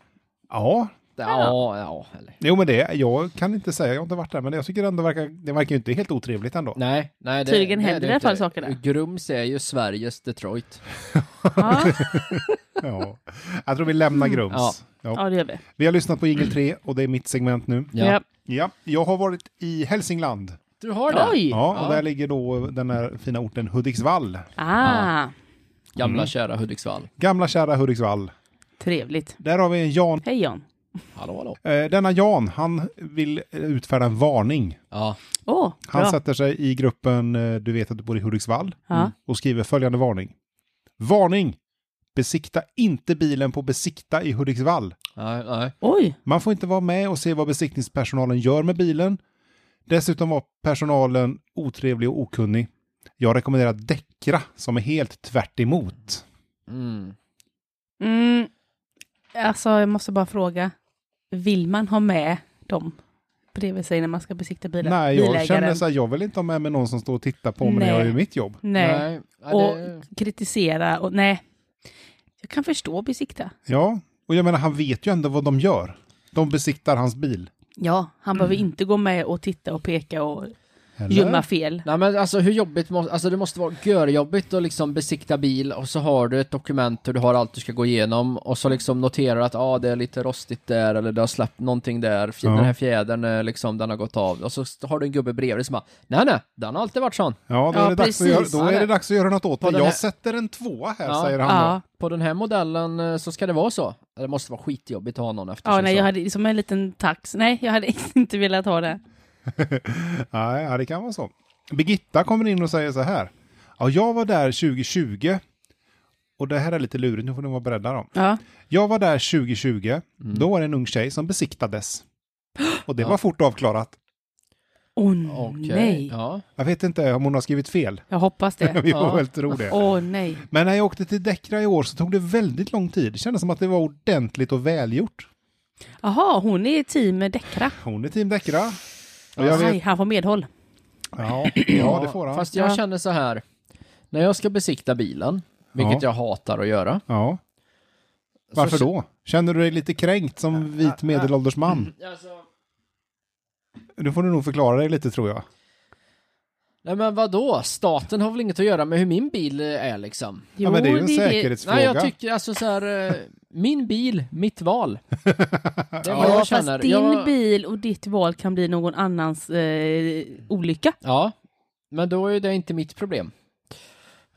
Speaker 1: ja.
Speaker 2: Ja, ja. Eller.
Speaker 1: Jo, men det, jag kan inte säga, jag har inte varit där, men jag tycker ändå verkar, det verkar ju inte helt otrevligt ändå.
Speaker 2: Nej, nej. Det,
Speaker 3: Tydligen
Speaker 2: nej,
Speaker 3: händer
Speaker 2: är
Speaker 3: i alla fall
Speaker 2: inte.
Speaker 3: saker där.
Speaker 2: Grums är ju Sveriges Detroit.
Speaker 3: Ja.
Speaker 1: Ja. Jag tror vi lämnar Grums.
Speaker 2: Ja.
Speaker 1: Ja.
Speaker 3: ja, det gör vi.
Speaker 1: Vi har lyssnat på Jingel 3 och det är mitt segment nu.
Speaker 2: Ja.
Speaker 1: Ja, jag har varit i Hälsingland.
Speaker 2: Du har det?
Speaker 3: Ja. Oj!
Speaker 1: Ja, och
Speaker 2: Ja.
Speaker 1: där ligger då den här fina orten Hudiksvall.
Speaker 3: Ah,
Speaker 2: Gamla kära Hudiksvall.
Speaker 1: Gamla kära Hudiksvall.
Speaker 3: trevligt.
Speaker 1: Där har vi en Jan.
Speaker 3: Hej Jan.
Speaker 2: Hallå, hallå.
Speaker 1: Eh, Denna Jan, han vill utfärda en varning.
Speaker 2: Ja.
Speaker 3: Åh,
Speaker 1: Han
Speaker 3: bra.
Speaker 1: sätter sig i gruppen eh, Du vet att du bor i Hudiksvall
Speaker 3: Ja.
Speaker 1: och skriver följande varning. Varning! Besikta inte bilen på Besikta i Hudiksvall.
Speaker 2: Nej, nej.
Speaker 3: Oj,
Speaker 1: Man får inte vara med och se vad besiktningspersonalen gör med bilen. Dessutom var personalen otrevlig och okunnig. Jag rekommenderar Däckra som är helt tvärt emot.
Speaker 2: Mm.
Speaker 3: Mm. Alltså, jag måste bara fråga. Vill man ha med dem bredvid sig när man ska besikta bilen?
Speaker 1: Nej, jag
Speaker 3: Bilägaren?
Speaker 1: känner så här, jag vill inte ha med mig någon som står och tittar på mig när
Speaker 3: Nej.
Speaker 1: jag gör mitt jobb.
Speaker 3: Nej.
Speaker 2: Ja,
Speaker 3: och
Speaker 2: det-
Speaker 3: kritisera och nej. Jag kan förstå besikta.
Speaker 1: Ja, och jag menar han vet ju ändå vad de gör. De besiktar hans bil.
Speaker 3: Ja, han behöver inte gå med och titta och peka och
Speaker 1: Mm. Eller?
Speaker 3: gömma fel.
Speaker 2: Nej men alltså hur jobbigt måste, alltså det måste vara görjobbigt att liksom besikta bil och så har du ett dokument och du har allt du ska gå igenom och så liksom noterar du att ah, det är lite rostigt där eller det har släppt någonting där, Fj-
Speaker 1: Ja.
Speaker 2: den här fjädern eh, liksom den har gått av och så st- har du en gubbe bredvid som bara nej nej, den har alltid varit sån.
Speaker 1: Ja, då,
Speaker 3: Ja,
Speaker 1: är det dags att göra,
Speaker 3: precis.
Speaker 1: då är
Speaker 2: Ja,
Speaker 1: det
Speaker 2: det-
Speaker 1: dags att göra något åt det.
Speaker 2: På den
Speaker 1: Jag
Speaker 2: här-
Speaker 1: sätter en tvåa här,
Speaker 2: Ja.
Speaker 1: säger han
Speaker 3: Ja,
Speaker 2: På den här modellen eh, så ska det vara så. Det måste vara skitjobbigt att ha någon efter
Speaker 3: ja
Speaker 2: sig
Speaker 3: nej,
Speaker 2: så.
Speaker 3: jag hade liksom en liten tax. Nej, jag hade inte velat ha det.
Speaker 1: då. Nej, ja, det kan vara så. Birgitta kommer in och säger så här. Ja, jag var där 2020. Och det här är lite lurigt, nu får ni vara beredda då.
Speaker 3: Ja,
Speaker 1: Jag var där 2020.
Speaker 2: Mm.
Speaker 1: Då var det en ung tjej som besiktades. Och det var fort avklarat.
Speaker 3: åh oh,
Speaker 2: Okej,
Speaker 3: nej.
Speaker 2: ja.
Speaker 1: Jag vet inte om hon har skrivit fel.
Speaker 3: Jag hoppas det.
Speaker 1: Vi får
Speaker 2: Ja.
Speaker 1: väl tro det.
Speaker 3: Åh nej.
Speaker 1: Men när jag åkte till Däckra i år så tog det väldigt lång tid. Det kändes som att det var ordentligt och välgjort.
Speaker 3: Jaha, hon är i team med Dekra.
Speaker 1: Hon är team Däckra. Och jag
Speaker 3: Nej,
Speaker 1: vet,
Speaker 3: han får medhåll.
Speaker 1: ja, ja, det får han.
Speaker 2: Fast jag
Speaker 3: Ja.
Speaker 2: känner så här, när jag ska besikta bilen, vilket
Speaker 1: Ja.
Speaker 2: jag hatar att göra.
Speaker 1: Ja.
Speaker 2: så
Speaker 1: Varför
Speaker 2: kä-
Speaker 1: då? Känner du dig lite kränkt som vit medelålders man?
Speaker 2: Alltså,
Speaker 1: Nu får du nog förklara dig lite tror jag.
Speaker 2: Nej men vadå? Staten har väl inget att göra med hur min bil eh, är liksom?
Speaker 3: Jo,
Speaker 1: ja, men det är ju en
Speaker 3: det.
Speaker 1: säkerhetsfråga.
Speaker 2: Nej jag tycker alltså så här, eh, min bil, mitt val. Det är vad
Speaker 3: Ja,
Speaker 2: jag
Speaker 3: fast
Speaker 2: känner.
Speaker 3: din
Speaker 2: jag,
Speaker 3: bil och ditt val kan bli någon annans eh, olycka.
Speaker 2: Ja, men då är det inte mitt problem.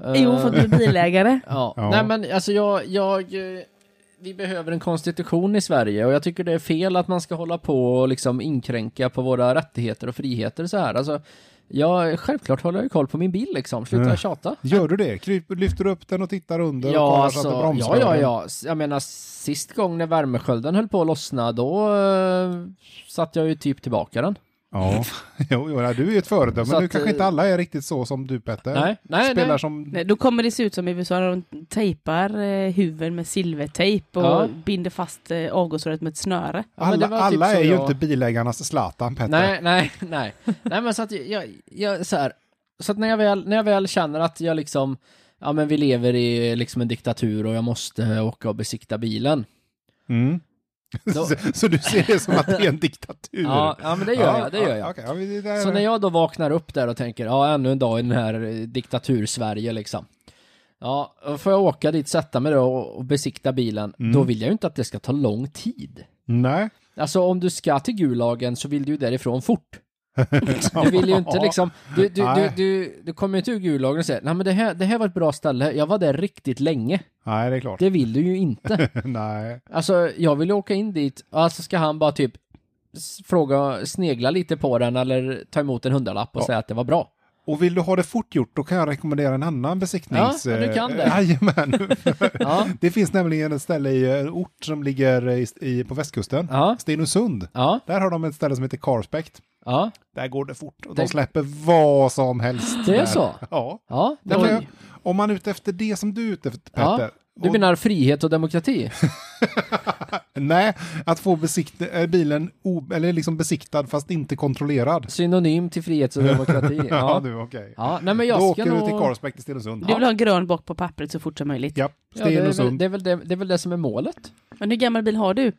Speaker 2: Eh,
Speaker 3: Jo, för att du är bilägare.
Speaker 2: ja.
Speaker 1: Ja.
Speaker 2: Nej men alltså jag, jag, eh, vi behöver en konstitution i Sverige och jag tycker det är fel att man ska hålla på och liksom inkränka på våra rättigheter och friheter så här. Alltså, Ja, självklart håller jag ju koll på min bil liksom. Sluta
Speaker 1: Mm.
Speaker 2: tjata.
Speaker 1: Gör du det? Kryp, lyfter du upp den och tittar under och kollar
Speaker 2: Ja,
Speaker 1: så
Speaker 2: alltså,
Speaker 1: att det
Speaker 2: ja,
Speaker 1: bromsar?
Speaker 2: ja, ja. S- Jag menar, sist gång när värmeskölden höll på att lossna, då eh, satte jag ju typ tillbaka den.
Speaker 1: ja. jo, jo, nej, du är ju ett föredöme.
Speaker 2: Så
Speaker 1: Nu
Speaker 2: att,
Speaker 1: kanske
Speaker 2: eh,
Speaker 1: inte alla är riktigt så som du Petter.
Speaker 2: Nej, nej,
Speaker 1: Spelar
Speaker 2: nej.
Speaker 1: som...
Speaker 3: Nej, Då kommer det se ut som i USA när de tejpar eh, huven med silvertejp och
Speaker 2: Ja.
Speaker 3: binder fast eh, avgasröret med ett snöre.
Speaker 2: Ja, men det
Speaker 1: Alla,
Speaker 2: var typ
Speaker 1: alla
Speaker 2: så
Speaker 1: är ju
Speaker 2: jag-
Speaker 1: inte bilägarnas Zlatan Petter.
Speaker 2: Nej, nej, nej. nej, men så att jag, jag så här, så att när jag väl, när jag väl känner att jag liksom, ja men vi lever i liksom en diktatur och jag måste åka och besikta bilen.
Speaker 1: Mm.
Speaker 2: Då-
Speaker 1: så, så du ser det som att det är en diktatur?
Speaker 2: Ja, ja men det gör jag, det gör jag.
Speaker 1: okej. Ja, men det där-
Speaker 2: Så när jag då vaknar upp där och tänker, ja ännu en dag i den här eh, diktatur-Sverige liksom. Ja, då får jag åka dit, sätta mig då och och besikta bilen. Då
Speaker 1: Mm.
Speaker 2: vill jag ju inte att det ska ta lång tid.
Speaker 1: Nej.
Speaker 2: Alltså om du ska till Gulagen så vill du ju därifrån fort. Du vill ju inte liksom, du, du, du,
Speaker 1: Nej.
Speaker 2: du, du kommer ju inte ur Gulagen och säger, nej men det här, det här var ett bra ställe, jag var där riktigt länge.
Speaker 1: Nej, det är klart.
Speaker 2: Det vill du ju inte.
Speaker 1: Nej.
Speaker 2: Alltså jag vill ju åka in dit, alltså ska han bara typ s- fråga, snegla lite på den eller ta emot en hundralapp och
Speaker 1: Ja.
Speaker 2: säga att det var bra.
Speaker 1: Och vill du ha det fort gjort, då kan jag rekommendera en annan besiktnings...
Speaker 2: Ja, ja, du kan det.
Speaker 1: Eh, Jajamän.
Speaker 2: Ja,
Speaker 1: det finns nämligen ett ställe i eh, en ort som ligger eh, i, i, på västkusten.
Speaker 2: ja,
Speaker 1: Stenungsund.
Speaker 2: ja,
Speaker 1: Där har de ett ställe som heter Carspect.
Speaker 2: ja,
Speaker 1: Där går det fort och
Speaker 2: Det-
Speaker 1: de släpper vad som helst.
Speaker 2: Det är
Speaker 1: där.
Speaker 2: så?
Speaker 1: Ja.
Speaker 2: ja.
Speaker 1: Det kan jag,
Speaker 2: Oj.
Speaker 1: om man är ute efter det som du är ute efter,
Speaker 2: Ja,
Speaker 1: Petter.
Speaker 2: Du
Speaker 1: Och-
Speaker 2: menar frihet och demokrati?
Speaker 1: Nej, att få besikt, eh, bilen o, eller liksom besiktad fast inte kontrollerad.
Speaker 2: Synonym till frihet och demokrati?
Speaker 1: Ja,
Speaker 2: Ja,
Speaker 1: du, okej.
Speaker 2: ja nej men jag
Speaker 1: Då
Speaker 2: ska
Speaker 1: åker du
Speaker 2: nog...
Speaker 1: till Carspect i Stenungsund.
Speaker 3: Du vill ha en grön bock på pappret så fort som möjligt.
Speaker 1: Ja,
Speaker 2: Ja, det, är väl,
Speaker 1: Stenungsund.
Speaker 2: det, är väl det, det är väl det som är målet.
Speaker 3: Men hur gammal bil har du?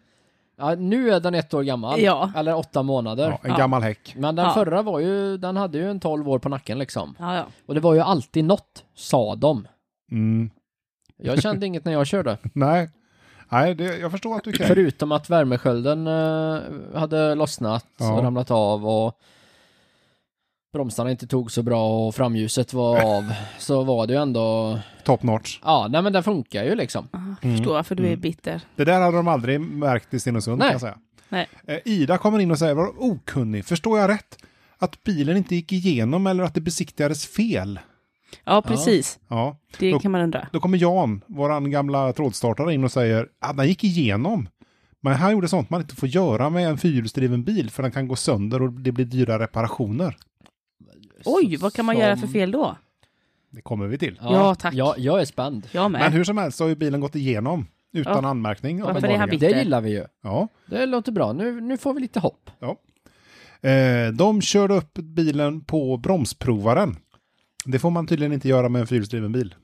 Speaker 2: Ja, nu är den ett år gammal,
Speaker 3: Ja.
Speaker 2: eller åtta månader.
Speaker 1: Ja, en
Speaker 3: Ja.
Speaker 1: gammal häck.
Speaker 2: Men den
Speaker 3: Ja.
Speaker 2: förra var ju, den hade ju en 12 år på nacken liksom.
Speaker 3: Ja, ja.
Speaker 2: Och det var ju alltid något, sa de.
Speaker 1: Mm.
Speaker 2: Jag kände inget när jag körde.
Speaker 1: Nej, Nej det, jag förstår att du kan.
Speaker 2: Förutom att värmeskölden eh, hade lossnat
Speaker 1: Ja.
Speaker 2: och ramlat av och bromsarna inte tog så bra och framljuset var av. Så var det ju ändå,
Speaker 1: Top notch.
Speaker 2: ja nej men den funkar ju liksom.
Speaker 3: Ah, jag förstår varför du är bitter.
Speaker 1: Det där hade de aldrig märkt i Stenungsund
Speaker 2: Nej.
Speaker 1: kan jag säga.
Speaker 3: Nej.
Speaker 1: Eh, Ida kommer in och säger, var okunnig, förstår jag rätt? Att bilen inte gick igenom eller att det besiktigades fel?
Speaker 3: Ja, precis.
Speaker 1: Ja,
Speaker 3: Det
Speaker 1: Då-
Speaker 3: kan man undra.
Speaker 1: då kommer Jan, våran gamla trådstartare, in och säger att den gick igenom. Men han gjorde sånt man inte får göra med en fyrhjulsdriven bil för den kan gå sönder och det blir dyra reparationer.
Speaker 3: Oj, vad kan man göra för
Speaker 2: Som-
Speaker 3: fel då?
Speaker 1: Det kommer vi till.
Speaker 3: Ja, tack.
Speaker 2: Jag, jag är spänd.
Speaker 3: Jag med.
Speaker 1: Men hur som helst så har ju bilen gått igenom utan
Speaker 3: Ja.
Speaker 1: anmärkning.
Speaker 3: Varför är
Speaker 1: uppenbarligen.
Speaker 3: han bitter?
Speaker 2: Det gillar vi ju.
Speaker 1: Ja.
Speaker 2: Det låter bra. Nu, nu får vi lite hopp.
Speaker 1: Ja. Eh, de körde upp bilen på bromsprovaren. Det får man tydligen inte göra med en fyrhjulsdriven bil.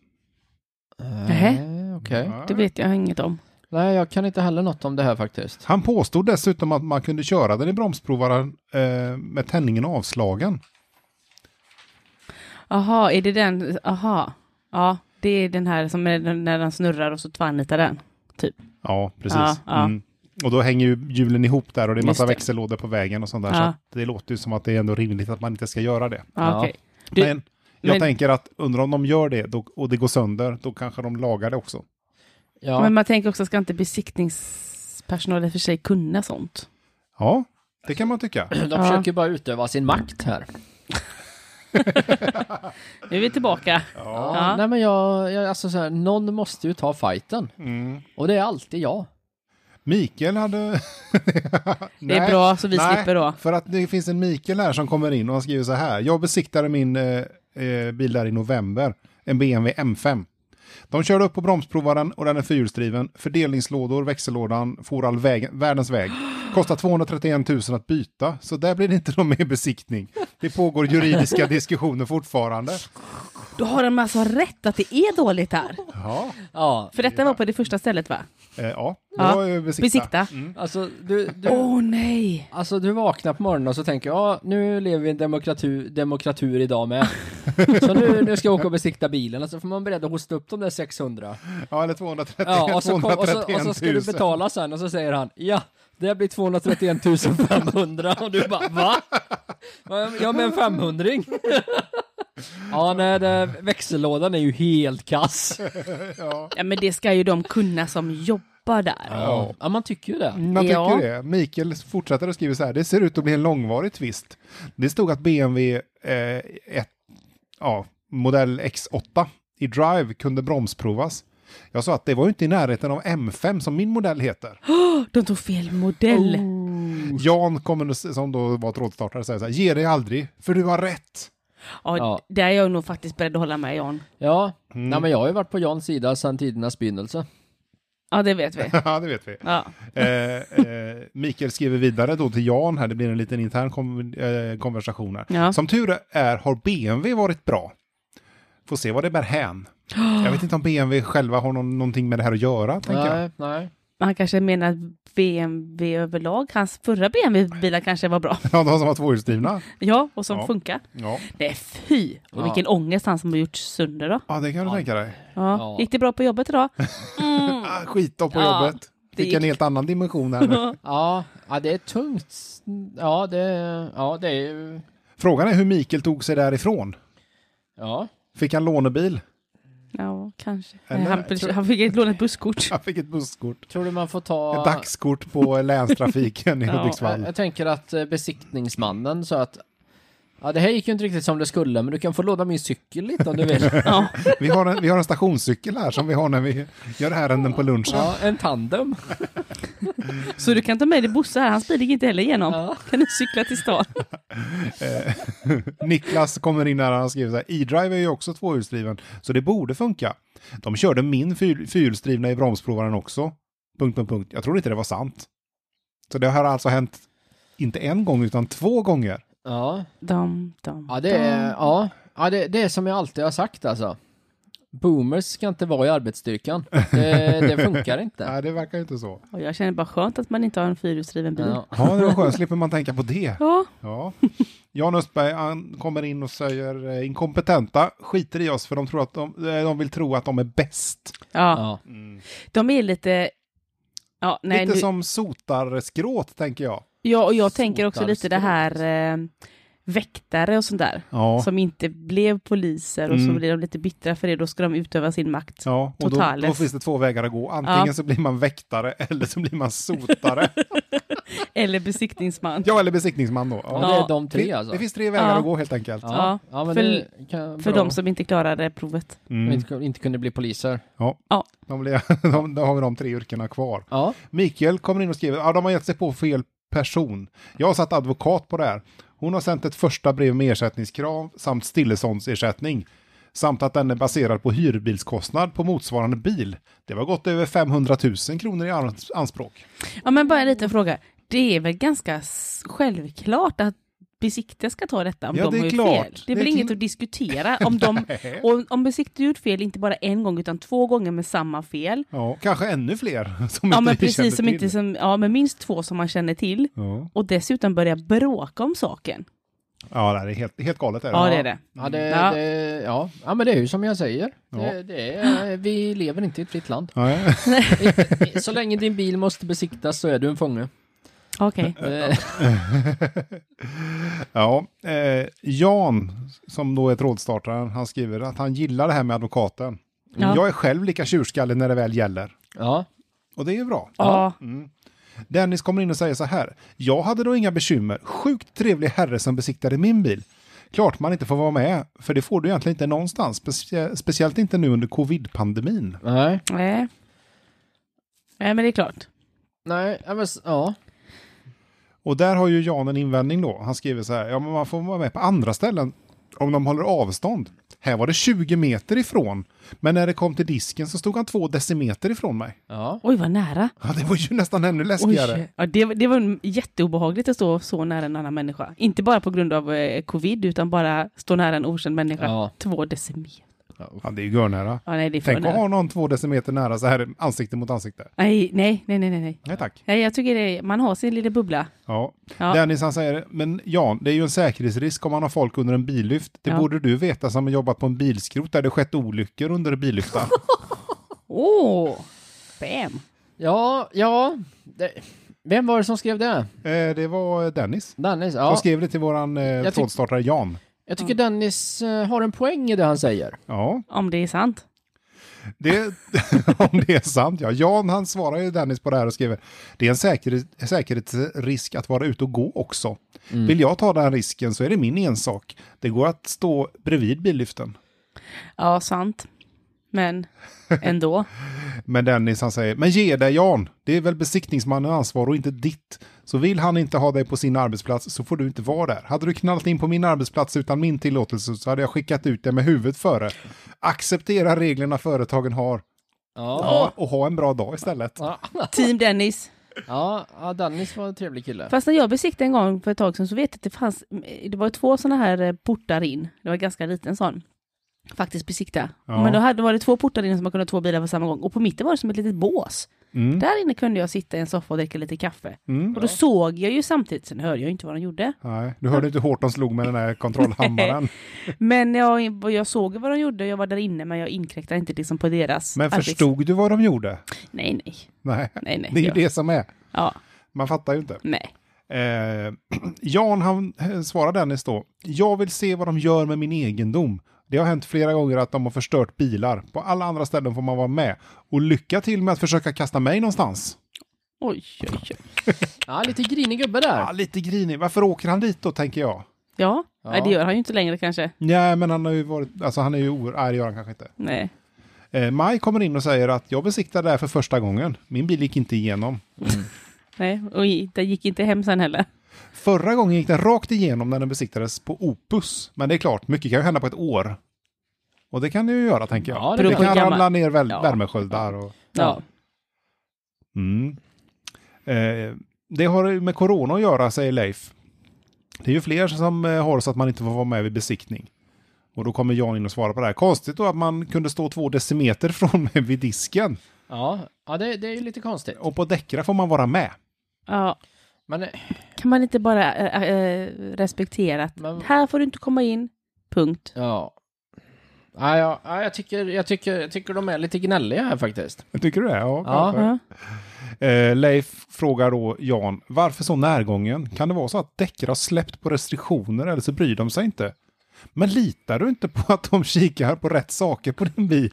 Speaker 3: Nähä.
Speaker 2: Eh, Okej.
Speaker 3: Mm, Det vet jag inget om.
Speaker 2: Nej, jag kan inte heller något om det här faktiskt.
Speaker 1: Han påstod dessutom att man kunde köra den i bromsprovaren eh, med tändningen avslagen.
Speaker 3: Aha, är det den? Aha. Ja, det är den här som är den- när den snurrar och så tvärnitar den. Typ.
Speaker 1: Ja, precis.
Speaker 3: Ja, ja.
Speaker 1: Mm. Och då hänger ju hjulen ihop där och det är
Speaker 3: Just
Speaker 1: massa
Speaker 3: det.
Speaker 1: växellådor på vägen och sånt där. Så
Speaker 3: Ja.
Speaker 1: att det låter ju som att det är ändå rimligt att man inte ska göra det.
Speaker 3: Ja,
Speaker 2: Ja.
Speaker 3: okej. Du-
Speaker 1: men jag
Speaker 3: men-
Speaker 1: tänker att undrar om de gör det då, och det går sönder, då kanske de lagar det också.
Speaker 2: Ja,
Speaker 3: Men man tänker också, ska inte besiktningspersonal för sig kunna sånt?
Speaker 1: Ja, det kan man tycka.
Speaker 2: de
Speaker 3: Ja.
Speaker 2: försöker bara utöva sin makt här.
Speaker 3: Nu är vi tillbaka.
Speaker 2: Ja.
Speaker 3: Ja.
Speaker 2: Nej, men jag, jag alltså så här, någon måste ju ta fighten.
Speaker 1: Mm.
Speaker 2: Och det är alltid jag.
Speaker 1: Mikael hade...
Speaker 3: Det är bra, så vi slipper då.
Speaker 1: För att det finns en Mikael här som kommer in och han skriver så här. Jag besiktade min eh, eh, bil där i november. En BMW M5. De körde upp på bromsprovaren och den är fyrhjulsdriven. Fördelningslådor, växellådan, for all väg, världens väg. Kostar 231 000 att byta, så där blir det inte någon mer besiktning. Det pågår juridiska diskussioner fortfarande.
Speaker 3: Då har de alltså rätt att det är dåligt här.
Speaker 1: Ja,
Speaker 2: Ja,
Speaker 3: För detta var på det första stället va?
Speaker 1: eh, ja. det
Speaker 3: Ja,
Speaker 1: var ju besikta.
Speaker 3: Besikta.
Speaker 2: alltså du, du,
Speaker 3: Åh nej!
Speaker 2: alltså du vaknar på morgonen och så tänker jag, ja nu lever vi i en demokratur, demokratur idag med. så nu, nu ska jag åka och besikta bilen och så får man beredd att hosta upp de där 600.
Speaker 1: Ja, eller 231
Speaker 2: Ja, och så, kom,
Speaker 1: 231 000.
Speaker 2: och, så, och så ska du betala sen och så säger han, ja det blir 231 500 och du bara va? Ja men en 500 Ja nej, det, växellådan är ju helt kass.
Speaker 1: Ja.
Speaker 3: Ja men det ska ju de kunna som jobbar hoppar där.
Speaker 2: Ja. ja, man tycker ju det.
Speaker 1: Man tycker
Speaker 3: Ja.
Speaker 1: det. Mikael fortsätter och skriver så här. Det ser ut att bli en långvarig tvist. Det stod att BMW eh, ett, ja, modell X8 i Drive kunde bromsprovas. Jag sa att det var ju inte i närheten av M5 som min modell heter.
Speaker 3: De tog fel modell.
Speaker 1: Jan kommer, som då var trådstartare, säger så här. Ge dig aldrig, för du har rätt.
Speaker 3: Ja,
Speaker 2: Ja.
Speaker 3: Där är jag nog faktiskt beredd att hålla med Jan.
Speaker 2: Ja,
Speaker 1: Mm.
Speaker 2: nej men jag har ju varit på Jans sida sedan tidernas begynnelse.
Speaker 3: Ja, det vet vi.
Speaker 1: ja, det vet vi.
Speaker 3: Ja.
Speaker 1: Eh, eh, Mikael skriver vidare då till Jan här, det blir en liten intern kom, eh, konversation här.
Speaker 3: Ja.
Speaker 1: Som tur är har BMW varit bra. Får se vad det bär hän. Jag vet inte om BMW själva har någon, någonting med det här att göra, tänker jag.
Speaker 2: Nej, nej.
Speaker 3: Man kanske menar att BMW överlag, hans förra BMW-bilar kanske var bra.
Speaker 1: Ja, de som var tvåhjulsdrivna.
Speaker 3: Ja, och som
Speaker 1: Ja.
Speaker 3: funkar.
Speaker 1: Ja.
Speaker 3: Nej, fy! Och
Speaker 2: Ja.
Speaker 3: vilken ångest han som har gjort sönder då.
Speaker 1: ja, Mm. det kan du tänka dig.
Speaker 3: Ja.
Speaker 2: Ja.
Speaker 3: Gick det bra på jobbet idag? Mm.
Speaker 1: Ah, skit då på
Speaker 3: Ja,
Speaker 1: jobbet.
Speaker 3: det
Speaker 1: Fick en
Speaker 3: gick-
Speaker 1: helt annan dimension här nu.
Speaker 2: Ja, ja, det är tungt. Ja, det, ja, det är ju...
Speaker 1: Frågan är hur Mikael tog sig därifrån.
Speaker 2: Ja.
Speaker 1: Fick han lånebil?
Speaker 3: Ja, kanske.
Speaker 1: Eller-
Speaker 3: han, han fick ett lånat busskort.
Speaker 1: Han fick ett busskort.
Speaker 2: Tror du man får ta...
Speaker 1: Ett dagskort på länstrafiken i
Speaker 3: Ja,
Speaker 1: Hudiksvall.
Speaker 2: Jag, jag tänker att eh, besiktningsmannen sa att Ja, det här gick ju inte riktigt som det skulle, men du kan få låna min cykel lite om du vill.
Speaker 3: Ja.
Speaker 1: Vi har, en, vi har en stationscykel här som vi har när vi gör ärenden på lunchen.
Speaker 2: Ja, en tandem.
Speaker 3: Så du kan ta med dig Bosse här, hans bil gick inte heller igenom.
Speaker 2: Ja.
Speaker 3: Kan du cykla till stan?
Speaker 1: Niklas kommer in här och han skriver så här, E-Drive är ju också tvåhjulsdriven, så det borde funka. De körde min fyr- fyrhjulsdrivna i bromsprovaren också. Punkt, punkt, punkt. Jag tror inte det var sant. Så det har alltså hänt inte en gång utan två gånger.
Speaker 2: Ja,
Speaker 3: Dom, dom,
Speaker 2: ja, det, är, ja. Ja, det, det är som jag alltid har sagt alltså. Boomers ska inte vara i arbetsstyrkan. Det, det funkar inte.
Speaker 1: Nej, det verkar ju inte så.
Speaker 3: Och jag känner bara skönt att man inte har en fyrhjulsdriven bil. Ja.
Speaker 2: Ja.
Speaker 1: Ja, det var skönt. Slipper man tänka på det. Ja. Jan Östberg han kommer in och säger eh, inkompetenta skiter i oss för de, tror att de, eh, de vill tro att de är bäst.
Speaker 3: ja,
Speaker 2: Ja.
Speaker 3: de är lite... Ja, nej,
Speaker 1: Lite
Speaker 3: nu...
Speaker 1: som sotarskrået tänker jag.
Speaker 3: ja, och jag tänker också lite det
Speaker 2: Sotarskråt.
Speaker 3: här eh, väktare och sånt där.
Speaker 1: Ja.
Speaker 3: Som inte blev poliser och så
Speaker 1: Mm.
Speaker 3: blir de lite bittra för det. Då ska de utöva sin makt.
Speaker 1: Ja, och då,
Speaker 3: Totales.
Speaker 1: då finns det två vägar att gå. Antingen
Speaker 3: Ja.
Speaker 1: så blir man väktare eller så blir man sotare.
Speaker 3: Eller besiktningsman.
Speaker 1: ja, eller besiktningsman då. Ja.
Speaker 2: ja, det är de tre
Speaker 1: Det-
Speaker 2: alltså.
Speaker 1: Det finns tre vägar
Speaker 3: Ja.
Speaker 1: att gå helt enkelt.
Speaker 2: Ja, ja men
Speaker 3: För-
Speaker 2: det kan,
Speaker 3: För
Speaker 2: bra.
Speaker 3: de som inte klarade provet.
Speaker 2: som
Speaker 1: Mm.
Speaker 2: inte, inte kunde bli poliser.
Speaker 1: De blir, de, då har vi de tre yrkena kvar.
Speaker 2: Ja,
Speaker 1: Mikael kommer in och skriver, ja, de har gett sig på fel person. Jag har satt advokat på det här. Hon har sänt ett första brev med ersättningskrav samt stilleståndsersättning. Samt att den är baserad på hyrbilskostnad på motsvarande bil. Det var gått över 500 000 kronor i ans- anspråk.
Speaker 3: Ja, men bara en liten fråga. Det är väl ganska s- självklart att besiktiga ska ta detta om
Speaker 1: Ja,
Speaker 3: de
Speaker 1: det är
Speaker 3: har gjort
Speaker 1: klart.
Speaker 3: fel. Det är
Speaker 1: Det är
Speaker 3: väl inget
Speaker 1: klin-
Speaker 3: att diskutera. Om, de, om, om besiktiga gjort fel, inte bara en gång utan två gånger med samma fel.
Speaker 1: Ja, kanske ännu fler. Som
Speaker 3: Ja,
Speaker 1: inte
Speaker 3: men
Speaker 1: vi kände
Speaker 3: precis som
Speaker 1: till.
Speaker 3: inte som, ja, men minst två som man känner till.
Speaker 1: Ja,
Speaker 3: Och dessutom börja bråka om saken.
Speaker 1: ja nej, det är helt, helt galet. Är det.
Speaker 3: Ja, det är det.
Speaker 2: ja, det,
Speaker 3: Ja.
Speaker 2: Det, ja. ja men det är ju som jag säger.
Speaker 1: Ja.
Speaker 2: Det, det är, vi lever inte i ett fritt land.
Speaker 1: Ja,
Speaker 2: Så länge din bil måste besiktas så är du en fånge.
Speaker 3: Okej.
Speaker 2: Eh,
Speaker 1: ja. ja eh, Jan, som då är trådstartaren, han skriver att han gillar det här med advokaten.
Speaker 3: Ja.
Speaker 1: Jag är själv lika tjurskallig när det väl gäller.
Speaker 2: Ja,
Speaker 1: Och det är ju bra.
Speaker 3: Ja.
Speaker 1: Dennis kommer in och säger så här. Jag hade då inga bekymmer. Sjukt trevlig herre som besiktade min bil. Klart man inte får vara med, för det får du egentligen inte någonstans. Specie- speciellt inte nu under covid-pandemin.
Speaker 2: nej.
Speaker 3: Nej. eh. Nej, men det är klart.
Speaker 2: Nej, ja, men s- ja.
Speaker 1: Och där har ju Jan en invändning då. Han skriver så här, ja men man får vara med på andra ställen om de håller avstånd. Här var det 20 meter ifrån, men när det kom till disken så stod han två decimeter ifrån mig.
Speaker 2: Ja.
Speaker 3: Oj, vad nära.
Speaker 1: Ja, det var ju nästan ännu läskigare.
Speaker 3: Oj, ja, det, det var jätteobehagligt att stå så nära en annan människa. Inte bara på grund av eh, covid, utan bara stå nära en okänd människa.
Speaker 2: Ja.
Speaker 3: Två decimeter.
Speaker 1: Ja, det är ju görnära.
Speaker 3: Ja, nej, det är för
Speaker 1: Tänk att
Speaker 3: nära.
Speaker 1: ha någon två decimeter nära så här ansikte mot ansikte.
Speaker 3: Nej, nej, nej, nej, nej, nej.
Speaker 1: Nej tack.
Speaker 3: Nej, jag tycker det är, man har sin lilla bubbla.
Speaker 1: Ja.
Speaker 3: Ja.
Speaker 1: Dennis han säger, men Jan, det är ju en säkerhetsrisk om man har folk under en billyft. Det
Speaker 3: Ja.
Speaker 1: borde du veta som har jobbat på en bilskrot där det skett olyckor under billyftar.
Speaker 3: Åh! Oh, bam!
Speaker 2: Ja, ja. Det, vem var det som skrev det?
Speaker 1: eh, det var Dennis.
Speaker 2: Dennis?
Speaker 1: Jag
Speaker 2: Ja.
Speaker 1: skrev det till våran eh,
Speaker 2: tyck-
Speaker 1: trådstartare Jan.
Speaker 2: Jag tycker Dennis eh, har en poäng i det han säger.
Speaker 1: Ja,
Speaker 3: Om det är sant.
Speaker 1: Det, om det är sant, ja. Jan han svarar ju Dennis på det här och skriver. Det är en säkerhet, säkerhetsrisk att vara ute och gå också. Vill jag ta den risken så är det min ensak. Det går att stå bredvid billyften.
Speaker 3: Ja, sant. Men ändå.
Speaker 1: Men Dennis han säger, men ge dig Jan, det är väl besiktningsmannens ansvar och inte ditt. Så vill han inte ha dig på sin arbetsplats så får du inte vara där. Hade du knallat in på min arbetsplats utan min tillåtelse så hade jag skickat ut dig med huvudet före. Acceptera reglerna företagen har
Speaker 2: Ja.
Speaker 1: Ja, och ha en bra dag istället.
Speaker 2: Ja.
Speaker 3: Team Dennis.
Speaker 2: Ja, ja, Dennis var en trevlig kille.
Speaker 3: Fast när jag besiktade en gång för ett tag sedan så vet jag att det fanns, det var två sådana här eh, portar in. Det var en ganska liten sån. Faktiskt besikta.
Speaker 1: Ja.
Speaker 3: Men då hade, var det två portar in som man kunde ha två bilar på samma gång. Och på mitten var det som ett litet bås.
Speaker 1: Mm.
Speaker 3: Där inne kunde jag sitta i en soffa och dricka lite kaffe.
Speaker 1: Mm.
Speaker 3: Och då såg jag ju samtidigt, sen hörde jag inte vad de gjorde.
Speaker 1: Nej, du hörde inte hur hårt de slog med den här kontrollhammaren.
Speaker 3: Men jag, jag såg vad de gjorde, jag var där inne men jag inkräktade inte liksom på deras
Speaker 1: Men
Speaker 3: arbets-
Speaker 1: förstod du vad de gjorde?
Speaker 3: Nej, nej.
Speaker 1: Nej,
Speaker 3: nej, nej
Speaker 1: det är ju
Speaker 3: ja.
Speaker 1: det som är.
Speaker 3: Ja,
Speaker 1: Man fattar ju inte.
Speaker 3: nej.
Speaker 1: Eh, Jan han eh, svarar Dennis då. Jag vill se vad de gör med min egendom. Det har hänt flera gånger att de har förstört bilar. På alla andra ställen får man vara med. Och lycka till med att försöka kasta mig någonstans.
Speaker 3: Oj, oj, oj.
Speaker 2: Ja, lite grinig gubbe
Speaker 1: Ja,
Speaker 2: där.
Speaker 1: Ah, lite grinig. Varför åker han dit då, tänker jag?
Speaker 3: Ja,
Speaker 2: Ja.
Speaker 3: Nej, det gör han ju inte längre kanske.
Speaker 1: Nej, men han har ju varit... Alltså, han är ju oer... Nej, det gör han kanske inte.
Speaker 3: Nej.
Speaker 1: Eh, Maj kommer in och säger att jag besiktade det här för första gången. Min bil gick inte igenom.
Speaker 3: Nej, och i- det gick inte hem sen heller.
Speaker 1: Förra gången gick den rakt igenom när den besiktades på Opus. Men det är klart, mycket kan ju hända på ett år. Och det kan det ju göra, tänker jag.
Speaker 2: Ja,
Speaker 1: det
Speaker 2: det
Speaker 1: kan
Speaker 3: beror på hur
Speaker 1: ramla ner väl,
Speaker 3: Ja.
Speaker 1: värmesköldar och...
Speaker 3: Ja.
Speaker 1: Mm. Eh, det har ju med corona att göra, säger Leif. Det är ju fler som eh, har så att man inte får vara med vid besiktning. Och då kommer Jan in och svarar på det här. Konstigt då att man kunde stå två decimeter från mig vid disken.
Speaker 2: Ja, ja det, det är ju lite konstigt.
Speaker 1: Och på däckra får man vara med.
Speaker 3: ja.
Speaker 2: Men eh,
Speaker 3: Kan man inte bara äh, äh, respektera att
Speaker 2: Men-
Speaker 3: här får du inte komma in, punkt.
Speaker 2: ja. Ja, ja, ja jag, tycker, jag, tycker, jag tycker de är lite gnälliga här faktiskt.
Speaker 1: Tycker du det? Ja.
Speaker 2: Ja.
Speaker 1: kanske.
Speaker 3: Ja.
Speaker 1: Eh, Leif frågar då Jan, varför så närgången? Kan det vara så att däckare har släppt på restriktioner eller så bryr de sig inte? Men litar du inte på att de kikar på rätt saker på din bil?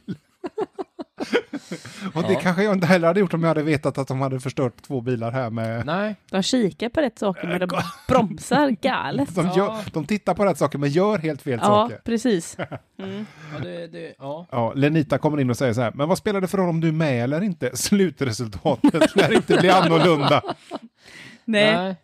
Speaker 1: Och det
Speaker 2: Ja.
Speaker 1: kanske jag inte heller hade gjort om jag hade vetat att de hade förstört två bilar här med...
Speaker 2: Nej,
Speaker 3: De kikar på rätt saker men de bromsar galet.
Speaker 1: De, gör,
Speaker 2: Ja.
Speaker 1: de tittar på rätt saker men gör helt fel
Speaker 3: Ja,
Speaker 1: saker.
Speaker 3: precis.
Speaker 2: ja, det, det, ja.
Speaker 1: Ja, Lenita kommer in och säger så här, men vad spelar det för roll om du är med eller inte? Slutresultatet lär inte bli annorlunda.
Speaker 3: Nej,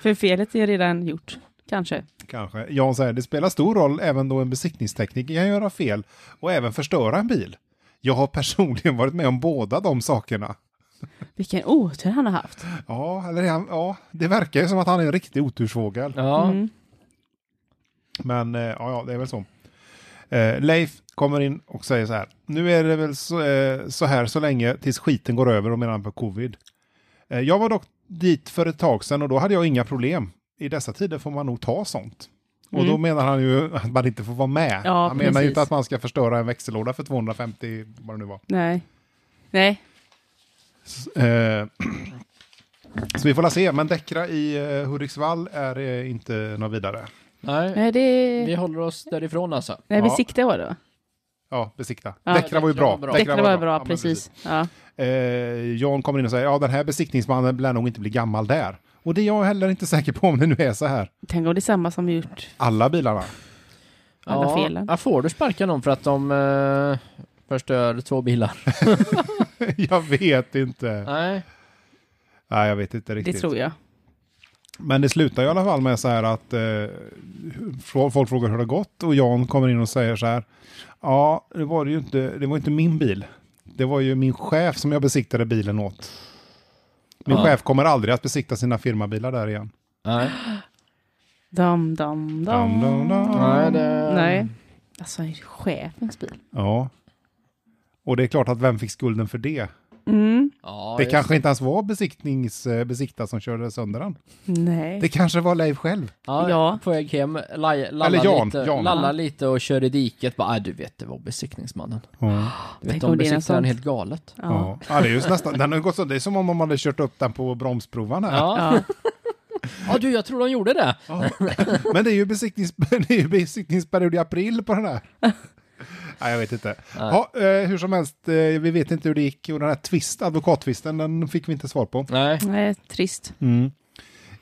Speaker 3: för felet är redan gjort. Kanske.
Speaker 1: Kanske. Jan säger, det spelar stor roll även då en besiktningstekniker kan göra fel och även förstöra en bil. Jag har personligen varit med om båda de sakerna.
Speaker 3: Vilken otur han har haft.
Speaker 1: Ja, eller han- ja, det verkar ju som att han är en riktig otursfågel.
Speaker 2: Ja,
Speaker 3: Mm.
Speaker 1: Men eh, ja, ja, det är väl så. Eh, Leif kommer in och säger så här. Nu är det väl så, eh, så här så länge tills skiten går över och medan på covid. Eh, jag var dock dit för ett tag sedan och då hade jag inga problem. I dessa tider får man nog ta sånt. Och då menar han ju att man inte får vara med.
Speaker 3: Mm. Ja,
Speaker 1: han menar ju
Speaker 3: precis.
Speaker 1: inte att man ska förstöra en växellåda för 250, vad det nu var.
Speaker 3: Nej. Nej.
Speaker 1: Eh, så vi får la se, men Däckra i eh, Hudiksvall är eh, inte något vidare.
Speaker 2: nej.
Speaker 3: Nej, det...
Speaker 2: Vi håller oss därifrån alltså.
Speaker 3: Nej, vi
Speaker 1: Ja.
Speaker 3: siktar var det va?
Speaker 1: Ja, besikta.
Speaker 3: Ja,
Speaker 1: Däckra var ju
Speaker 2: Däckra
Speaker 1: bra.
Speaker 2: var bra.
Speaker 3: Däckra var bra,
Speaker 1: Ja, men
Speaker 3: precis. Ja.
Speaker 1: Eh, Jan kommer in och säger, ja den här besiktningsmannen lär nog inte bli gammal där. Och det är jag heller inte säker på om det nu är så här.
Speaker 3: Tänk om det är samma som vi gjort.
Speaker 1: Alla bilarna.
Speaker 3: Alla
Speaker 2: ja,
Speaker 3: felen.
Speaker 2: Ja, får du sparka någon för att de eh, förstör två bilar?
Speaker 1: jag vet inte.
Speaker 2: Nej.
Speaker 1: Nej, jag vet inte riktigt.
Speaker 3: Det tror jag.
Speaker 1: Men det slutar i alla fall med så här att eh, fol- folk frågar hur det har gått och Jan kommer in och säger så här. Ja, det var det ju inte, det var inte min bil. Det var ju min chef som jag besiktade bilen åt. Min
Speaker 2: Ja.
Speaker 1: chef kommer aldrig att besikta sina firmabilar där igen.
Speaker 2: Nej.
Speaker 3: Dam, dam,
Speaker 1: Dam, dam,
Speaker 3: dam.
Speaker 1: dam.
Speaker 2: Nej, det...
Speaker 3: Nej. Alltså, är det chefens bil?
Speaker 1: Ja. Och det är klart att vem fick skulden för det?
Speaker 3: Mm.
Speaker 2: Ja,
Speaker 1: Det
Speaker 2: just-
Speaker 1: kanske inte ens var besiktnings, eh, besiktad som körde sönder den.
Speaker 3: Nej.
Speaker 1: Det kanske var Leif själv.
Speaker 2: Ja,
Speaker 3: Ja.
Speaker 2: på väg hem, laj, lalla,
Speaker 1: Eller Jan,
Speaker 2: lite,
Speaker 1: Jan.
Speaker 2: lalla lite och kör i diket. Bara, "Äh, du vet, det var besiktningsmannen. Du vet,
Speaker 3: Tänk
Speaker 2: de
Speaker 3: om det är något
Speaker 2: besiktade den
Speaker 3: sånt.
Speaker 2: helt galet.
Speaker 1: Ja. Ja, det är just nästan, den har ju gått så, det är som om man hade kört upp den på bromsprovan här.
Speaker 2: Ja.
Speaker 3: Ja.
Speaker 2: ja, du, jag tror de gjorde det.
Speaker 1: Men det är ju, besiktnings, det är ju besiktningsperiod i april på den här. Nej, jag vet inte. Ja, eh, hur som helst, eh, vi vet inte hur det gick. Och den här twist, advokattvisten, den fick vi inte svar på.
Speaker 2: Nej.
Speaker 3: Nej, trist.
Speaker 1: Mm.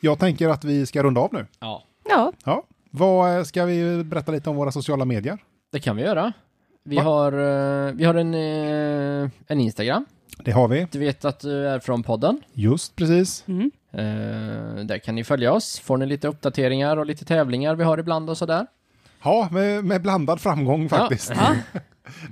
Speaker 1: Jag tänker att vi ska runda av nu.
Speaker 2: Ja.
Speaker 3: Ja,
Speaker 1: Ja. Vad eh, ska vi berätta lite om våra sociala medier?
Speaker 2: Det kan vi göra. Vi
Speaker 1: Va?
Speaker 2: har, eh, vi har en, eh, en Instagram.
Speaker 1: Det har vi.
Speaker 2: Du vet att du är från podden.
Speaker 1: Just precis.
Speaker 2: Eh, där kan ni följa oss. Får ni lite uppdateringar och lite tävlingar vi har ibland och sådär.
Speaker 1: Ja, med, med blandad framgång faktiskt.
Speaker 3: Ja.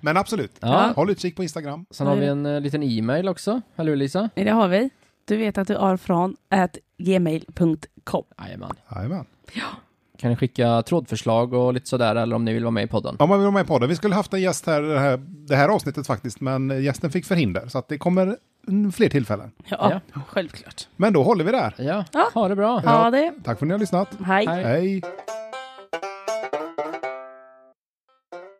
Speaker 1: Men absolut,
Speaker 2: Ja.
Speaker 1: håll utkik på Instagram.
Speaker 2: Sen har vi en eh, liten e-mail också. Eller hur Lisa?
Speaker 3: det har vi. Du vet att du är från at gmail.com.
Speaker 2: Jajamän.
Speaker 1: Jajamän.
Speaker 2: Kan ni skicka trådförslag och lite sådär eller om ni vill vara med i podden.
Speaker 1: Om man vill vara med i podden. Vi skulle haft en gäst här det, här det här avsnittet faktiskt, men gästen fick förhinder. Så att det kommer mm, fler tillfällen.
Speaker 3: Ja, självklart.
Speaker 1: Men då håller vi där.
Speaker 2: Ja,
Speaker 3: Ja.
Speaker 2: ha det bra.
Speaker 3: Ja, det.
Speaker 1: Tack för att ni har lyssnat.
Speaker 3: Hej.
Speaker 2: Hej.
Speaker 1: Hej.